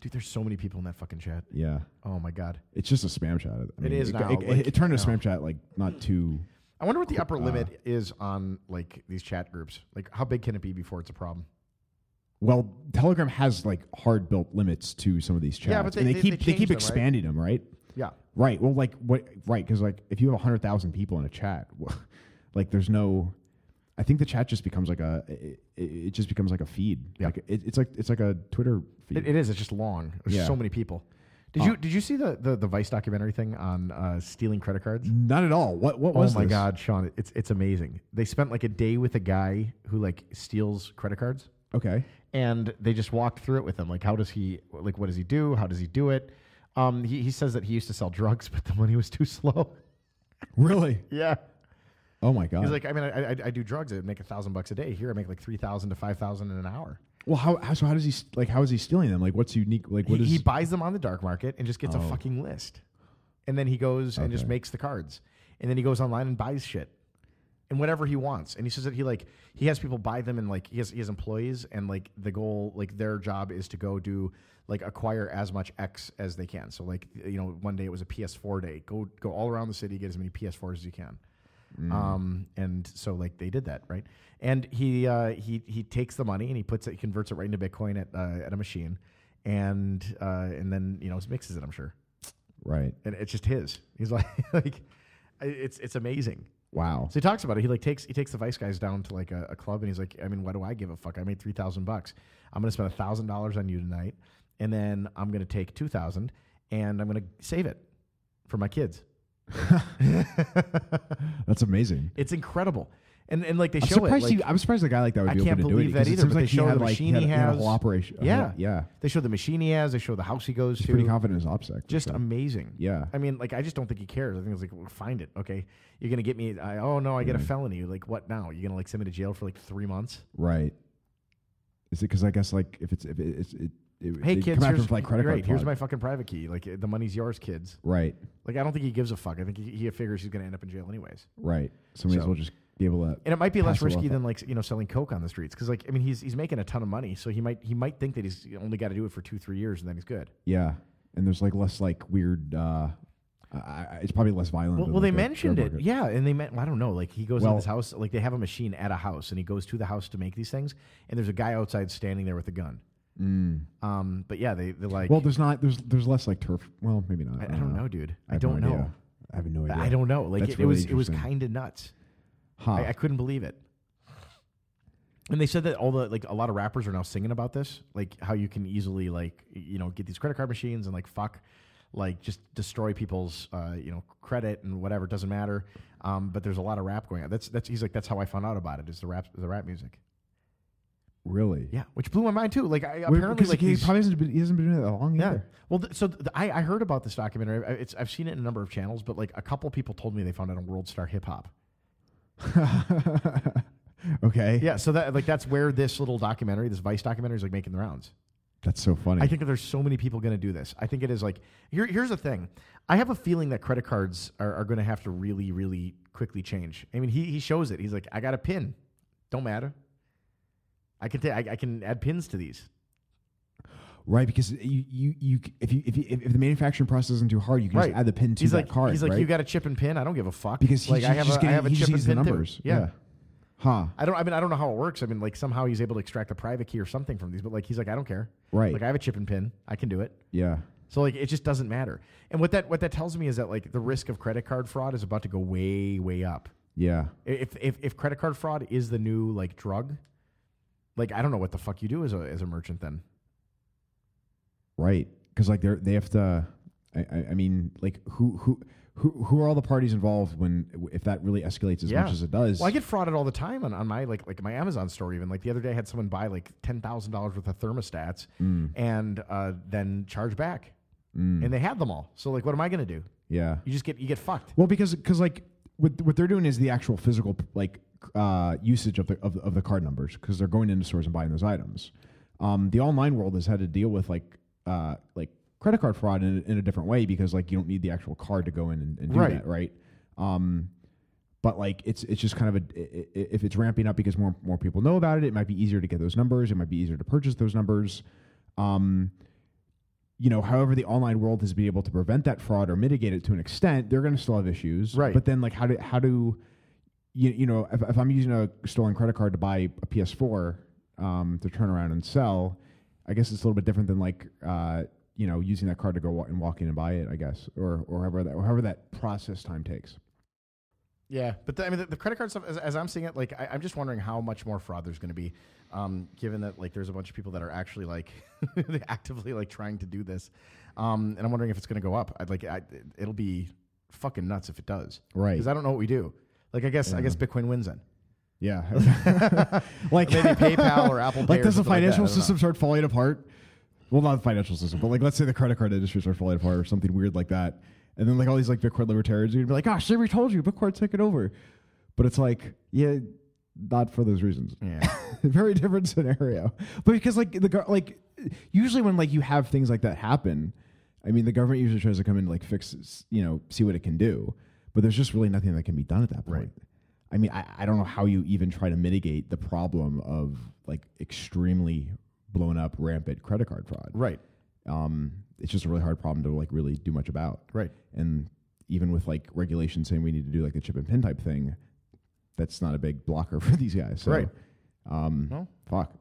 Speaker 1: Dude, there's so many people in that fucking chat.
Speaker 2: yeah.
Speaker 1: Oh my god.
Speaker 2: It's just a spam chat. I mean,
Speaker 1: is
Speaker 2: it,
Speaker 1: now,
Speaker 2: It, it-
Speaker 1: like,
Speaker 2: it turned into a
Speaker 1: I know.
Speaker 2: spam chat like not too.
Speaker 1: I wonder what the upper
Speaker 2: Uh,
Speaker 1: limit is on like these chat groups. Like how big can it be before it's a problem?
Speaker 2: Well, Telegram has like hard built limits to some of these chats.
Speaker 1: Yeah, but
Speaker 2: and
Speaker 1: they-
Speaker 2: they,
Speaker 1: they-
Speaker 2: keep
Speaker 1: they
Speaker 2: they,
Speaker 1: change
Speaker 2: keep
Speaker 1: them, right?
Speaker 2: expanding them, right?
Speaker 1: Yeah.
Speaker 2: Right. Well, like what? Right, because like if you have hundred thousand people in a chat, like there's no. I think the chat just becomes like a. It, it- it just becomes like a feed.
Speaker 1: Yeah.
Speaker 2: Like it, it's like it's like a Twitter feed.
Speaker 1: It, it is. It's just long. There's
Speaker 2: Yeah.
Speaker 1: so many people. Did you did you see the, the the Vice documentary thing on uh, stealing credit cards?
Speaker 2: Not at all. What what
Speaker 1: Oh
Speaker 2: was
Speaker 1: my
Speaker 2: this?
Speaker 1: god, Sean, it's it's amazing. They spent like a day with a guy who like steals credit cards.
Speaker 2: Okay.
Speaker 1: and they just walked through it with him. Like, how does he? Like, what does he do? How does he do it? Um, he, he says that he used to sell drugs, but the money was too slow.
Speaker 2: Really?
Speaker 1: yeah, Uh.
Speaker 2: Oh my god.
Speaker 1: he's like, I mean, I, I, I do drugs. I make a thousand bucks a day. Here, I make like three thousand to five thousand in an hour.
Speaker 2: Well, how, how so? How does he s- like? How is he stealing them? Like, what's unique? Like, what
Speaker 1: he,
Speaker 2: is?
Speaker 1: he buys them on the dark market and just gets a
Speaker 2: Oh.
Speaker 1: fucking list, and then he goes and just
Speaker 2: Okay.
Speaker 1: makes the cards, and then he goes online and buys shit. And whatever he wants, and he says that he like he has people buy them, and like he has he has employees, and like the goal, like their job is to go do like acquire as much X as they can. So like you know, one day it was a PS4 day. Go go all around the city, get as many PS4s as you can. Um, and so like they did that, right? And he uh, he he takes the money and he puts it, he converts it right into Bitcoin at uh, at a machine, and uh, and then you know mixes it. I'm sure.
Speaker 2: Right.
Speaker 1: and it's just his. He's like, like, I- it's it's amazing.
Speaker 2: Wow.
Speaker 1: So he talks about it. He like takes he takes the Vice guys down to like a, a club, and he's like, I mean, why do I give a fuck? I made three thousand bucks. I'm gonna spend a thousand dollars on you tonight, and then I'm gonna take two thousand, and I'm gonna save it for my kids.
Speaker 2: That's amazing.
Speaker 1: It's incredible, and and like they
Speaker 2: I'm
Speaker 1: show it.
Speaker 2: surprised,
Speaker 1: Like,
Speaker 2: he, I'm surprised a guy like that would
Speaker 1: I
Speaker 2: be
Speaker 1: can't
Speaker 2: open to
Speaker 1: believe
Speaker 2: doing
Speaker 1: that
Speaker 2: it. 'cause
Speaker 1: either,
Speaker 2: It seems
Speaker 1: but they
Speaker 2: like he
Speaker 1: show
Speaker 2: had,
Speaker 1: the
Speaker 2: like,
Speaker 1: machine he
Speaker 2: he had, a- he had a
Speaker 1: has.
Speaker 2: whole operation. a
Speaker 1: Yeah.
Speaker 2: whole- yeah.
Speaker 1: they show the machine he has. They show the house he goes
Speaker 2: He's
Speaker 1: to.
Speaker 2: pretty confident in his OPSEC.
Speaker 1: just amazing.
Speaker 2: Yeah.
Speaker 1: I mean, like, I just don't think he cares. I think it's like, well, find it. Okay. You're going to get me. I, oh, no, I get a
Speaker 2: Right.
Speaker 1: felony. Like, what now? You're going to, like, send me to jail for, like, three months?
Speaker 2: Right. Is it because I guess like if it's if it, it's it, it
Speaker 1: Hey,
Speaker 2: they
Speaker 1: kids,
Speaker 2: come after him
Speaker 1: here's,
Speaker 2: for, like credit
Speaker 1: great,
Speaker 2: card
Speaker 1: here's
Speaker 2: fraud.
Speaker 1: my fucking private key. Like, the money's yours, kids.
Speaker 2: right
Speaker 1: Like, I don't think he gives a fuck. I think he, he figures he's going to end up in jail anyways.
Speaker 2: right. So may as
Speaker 1: So-
Speaker 2: well just be able to.
Speaker 1: And it might be less
Speaker 2: Pass it
Speaker 1: risky
Speaker 2: off.
Speaker 1: than, like, you know, selling coke on the streets. Because, like, I mean, he's, he's making a ton of money. So he might, he might think that he's only got to do it for two, three years and then he's good.
Speaker 2: Yeah, and there's like less like weird. uh I- I, it's probably less violent.
Speaker 1: Well,
Speaker 2: than,
Speaker 1: well
Speaker 2: like,
Speaker 1: they
Speaker 2: the drug
Speaker 1: mentioned it.
Speaker 2: market.
Speaker 1: Yeah, and they meant well, I don't know. Like he goes in
Speaker 2: Well-
Speaker 1: this house, like they have a machine at a house, and he goes to the house to make these things. And there's a guy outside standing there with a gun.
Speaker 2: Mm.
Speaker 1: Um, but yeah, they they like.
Speaker 2: Well, there's not. There's there's less like turf. Well, maybe not.
Speaker 1: I, I don't know, dude. I,
Speaker 2: have no
Speaker 1: don't
Speaker 2: idea.
Speaker 1: know.
Speaker 2: I have no idea.
Speaker 1: I don't know. Like
Speaker 2: That's
Speaker 1: it, it
Speaker 2: really
Speaker 1: was it was
Speaker 2: interesting. Ah.
Speaker 1: kind of nuts.
Speaker 2: Huh.
Speaker 1: I, I couldn't believe it. And they said that all the like a lot of rappers are now singing about this, like how you can easily like y- you know get these credit card machines and like fuck, like just destroy people's uh, you know credit and whatever doesn't matter. Um, but there's a lot of rap going on. That's that's he's like that's how I found out about it is the rap the rap music.
Speaker 2: really.
Speaker 1: Yeah, which blew my mind too. Like I,
Speaker 2: Wait,
Speaker 1: apparently
Speaker 2: because
Speaker 1: like
Speaker 2: he
Speaker 1: these-
Speaker 2: probably hasn't been, he hasn't been doing that long
Speaker 1: yeah.
Speaker 2: either.
Speaker 1: Well, th- so th- I I heard about this documentary. I- It's I've seen it in a number of channels, but like a couple people told me they found it on World Star Hip Hop.
Speaker 2: okay.
Speaker 1: Yeah, so that like that's where this little documentary, this Vice documentary, is like making the rounds.
Speaker 2: That's so funny.
Speaker 1: I think that there's so many people going to do this. I think it is like here, here's the thing. I have a feeling that credit cards are, are going to have to really, really quickly change. I mean, he he shows it. He's like, I got a pin. Don't matter. I can ta- I I can add pins to these.
Speaker 2: Right, because you, you, you if you if you, if the manufacturing process isn't too hard, you can
Speaker 1: Right.
Speaker 2: just add the pin to
Speaker 1: he's
Speaker 2: that
Speaker 1: like
Speaker 2: card.
Speaker 1: he's like
Speaker 2: right?
Speaker 1: you got a chip and pin. I don't give a fuck
Speaker 2: because he's
Speaker 1: like
Speaker 2: just,
Speaker 1: I have
Speaker 2: just
Speaker 1: a,
Speaker 2: getting,
Speaker 1: I have a
Speaker 2: he just
Speaker 1: chip
Speaker 2: uses
Speaker 1: and pin
Speaker 2: the
Speaker 1: too.
Speaker 2: numbers.
Speaker 1: Yeah.
Speaker 2: Huh.
Speaker 1: I don't. I mean, I don't know how it works. I mean, like somehow he's able to extract the private key or something from these. But like he's like, I don't care.
Speaker 2: Right.
Speaker 1: Like I have a chip and pin. I can do it.
Speaker 2: Yeah.
Speaker 1: So like it just doesn't matter. And what that what that tells me is that like the risk of credit card fraud is about to go way way up.
Speaker 2: Yeah.
Speaker 1: I- If if if credit card fraud is the new like drug, like I don't know what the fuck you do as a as a merchant then.
Speaker 2: Right. Because like they're they have to. I, I, I mean, like who who who who are all the parties involved when if that really escalates as
Speaker 1: Yeah.
Speaker 2: much as it does?
Speaker 1: Well, I get frauded all the time on, on my like like my Amazon store. Even like the other day, I had someone buy like ten thousand dollars worth of thermostats
Speaker 2: Mm.
Speaker 1: and uh, then charge back,
Speaker 2: Hmm.
Speaker 1: and they had them all. So like, what am I gonna do?
Speaker 2: yeah.
Speaker 1: You just get you get fucked.
Speaker 2: Well, because because like what what they're doing is the actual physical like uh, usage of the of, the- of the card numbers because they're going into stores and buying those items. Um, the online world has had to deal with like uh, like credit card fraud in, a- in a different way because like you don't need the actual card to go in and, and do
Speaker 1: Right.
Speaker 2: that, right? Um, but like it's it's just kind of a i- i- if it's ramping up because more more people know about it, it might be easier to get those numbers. It might be easier to purchase those numbers. Um, you know, however the online world has been able to prevent that fraud or mitigate it to an extent, they're going to still have issues.
Speaker 1: Right.
Speaker 2: But then, like, how do how do you you know if, if I'm using a stolen credit card to buy a PS4 um, to turn around and sell, I guess it's a little bit different than like uh, you know using that card to go wa- and walk in and buy it. I guess or or however that however that process time takes.
Speaker 1: Yeah, but the, I mean, the, the credit card stuff. As, as I'm seeing it, like I, I'm just wondering how much more fraud there's going to be, um, given that like there's a bunch of people that are actually like they actively like trying to do this, um, and I'm wondering if it's going to go up. I'd like I, it'll be fucking nuts if it does,
Speaker 2: Right.
Speaker 1: Because I don't know what we do. Like I guess I guess Bitcoin wins then.
Speaker 2: Yeah.
Speaker 1: Like maybe PayPal or Apple. Pay
Speaker 2: like
Speaker 1: or
Speaker 2: does
Speaker 1: something
Speaker 2: the
Speaker 1: like that.
Speaker 2: financial
Speaker 1: I don't know.
Speaker 2: system start falling apart? Well, not the financial system, but like let's say the credit card industry starts falling apart or something weird like that, and then like all these like Bitcoin libertarians are gonna be like, "Gosh, see, we told you, Bitcoin took it over," but it's like, yeah, not for those reasons.
Speaker 1: Yeah.
Speaker 2: Very different scenario, but because like the gov- like usually when like you have things like that happen, I mean the government usually tries to come in and, like fix s- you know see what it can do, but there's just really nothing that can be done at that point.
Speaker 1: Right.
Speaker 2: I mean, I, I don't know how you even try to mitigate the problem of like extremely blown up rampant credit card fraud.
Speaker 1: Right.
Speaker 2: Um, it's just a really hard problem to like really do much about.
Speaker 1: Right.
Speaker 2: And even with like regulations saying we need to do like the chip and pin type thing, that's not a big blocker for these guys. So,
Speaker 1: Right.
Speaker 2: Um,
Speaker 1: Well.
Speaker 2: fuck.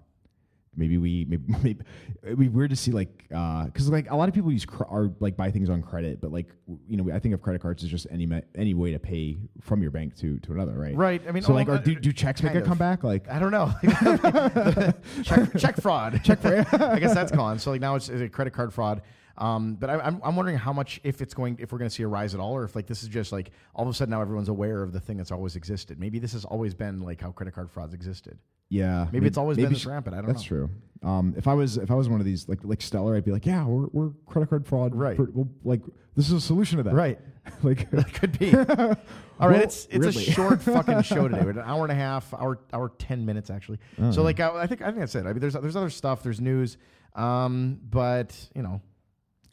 Speaker 2: Maybe we maybe, maybe it'd be weird to see like because like a lot of people use cr- are like buy things on credit, but like w- you know I think of credit cards as just any ma- any way to pay from your bank to to another, right?
Speaker 1: Right, I mean,
Speaker 2: so
Speaker 1: all
Speaker 2: like,
Speaker 1: of
Speaker 2: are,
Speaker 1: that-
Speaker 2: do, do checks make
Speaker 1: kind
Speaker 2: a
Speaker 1: of.
Speaker 2: comeback? Like,
Speaker 1: I don't know. check, check fraud. Check fraud. I guess that's gone. So like now it's, it's credit card fraud. Um, but I, I'm, I'm wondering how much if it's going if we're going to see a rise at all, or if like this is just like all of a sudden now everyone's aware of the thing that's always existed. Maybe this has always been like how credit card frauds existed.
Speaker 2: yeah,
Speaker 1: Maybe, it's always been
Speaker 2: sh-
Speaker 1: this rampant. I don't
Speaker 2: That's
Speaker 1: know.
Speaker 2: true. Um, if I was if I was one of these like like Stellar, I'd be like, yeah, we're, we're credit card fraud.
Speaker 1: Right.
Speaker 2: For, we'll, like this is a solution to that.
Speaker 1: Right.
Speaker 2: like
Speaker 1: Could be. All right,
Speaker 2: Well,
Speaker 1: it's it's
Speaker 2: Ridley.
Speaker 1: a short fucking show today. We're at an hour and a half, hour hour ten minutes actually. So
Speaker 2: Oh.
Speaker 1: like I, I think I think that's it. I mean, there's there's other stuff. There's news, um, but you know,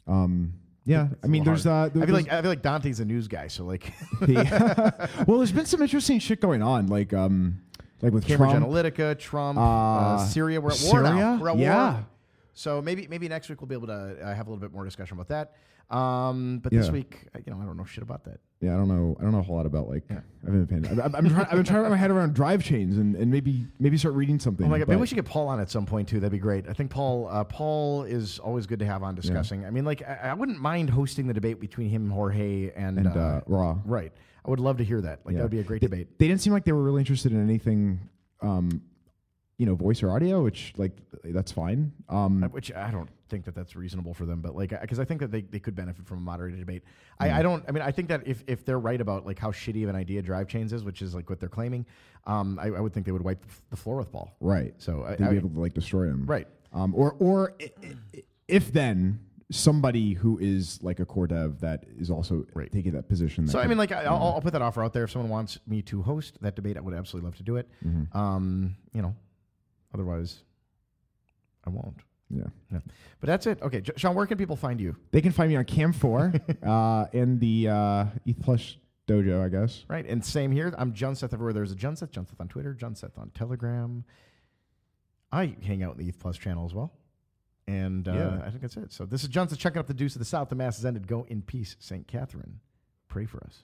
Speaker 2: um, yeah.
Speaker 1: it's
Speaker 2: I
Speaker 1: a
Speaker 2: mean,
Speaker 1: little
Speaker 2: there's uh,
Speaker 1: hard.
Speaker 2: there-
Speaker 1: I feel
Speaker 2: there's-
Speaker 1: like I feel like Dante's a news guy, so like
Speaker 2: the- well, there's been some interesting shit going on, like um, like with
Speaker 1: Cambridge
Speaker 2: Trump.
Speaker 1: Analytica, Trump,
Speaker 2: Uh,
Speaker 1: uh, Syria. We're at war
Speaker 2: Syria?
Speaker 1: now. We're at
Speaker 2: Yeah.
Speaker 1: war. So maybe maybe next week we'll be able to uh, have a little bit more discussion about that. Um, but this
Speaker 2: Yeah.
Speaker 1: week, uh, you know, I don't know shit about that.
Speaker 2: Yeah, I don't know. I don't know a whole lot about like. I've been paying. I've, I'm trying. I've been trying to wrap my head around drive chains and, and maybe maybe start reading something.
Speaker 1: Oh my god,
Speaker 2: but-
Speaker 1: maybe we should get Paul on at some point too. That'd be great. I think Paul uh, Paul is always good to have on discussing. I mean, like I, I wouldn't mind hosting the debate between him, Jorge, and,
Speaker 2: and uh, raw.
Speaker 1: right. I would love to hear that. Like
Speaker 2: Yeah.
Speaker 1: that would be a great
Speaker 2: They-
Speaker 1: debate.
Speaker 2: They didn't seem like they were really interested in anything, um, you know, voice or audio, which like that's fine. Um,
Speaker 1: Uh, which I don't think that that's reasonable for them, but like, because I think that they, they could benefit from a moderated debate.
Speaker 2: Mm.
Speaker 1: I, I don't, I mean, I think that if, if they're right about like how shitty of an idea drive chains is, which is like what they're claiming, um, I, I would think they would wipe the floor with Paul.
Speaker 2: right.
Speaker 1: So I,
Speaker 2: they'd
Speaker 1: I-
Speaker 2: be able to like destroy them.
Speaker 1: Right.
Speaker 2: Um, or or i- i- if then somebody who is like a core dev that is also
Speaker 1: Right.
Speaker 2: taking that position. that Mm-hmm.
Speaker 1: so I
Speaker 2: could-
Speaker 1: mean, like, I, I'll, I'll put that offer out there. If someone wants me to host that debate, I would absolutely love to do it.
Speaker 2: Mm-hmm.
Speaker 1: Um, you know, otherwise, I won't.
Speaker 2: yeah.
Speaker 1: No. But that's it. Okay, J- Sean, where can people find you?
Speaker 2: They can find me on Cam4 uh, and the uh, ETH Plus Dojo, I guess.
Speaker 1: Right, and same here. I'm Junseth everywhere. There's a Junseth, Junseth on Twitter, Junseth on Telegram. I hang out in the Youth Plus channel as well, and uh,
Speaker 2: Yeah.
Speaker 1: I think that's it. So this is Junseth checking up the Deuce of the South. The mass has ended. Go in peace, Saint Catherine. Pray for us.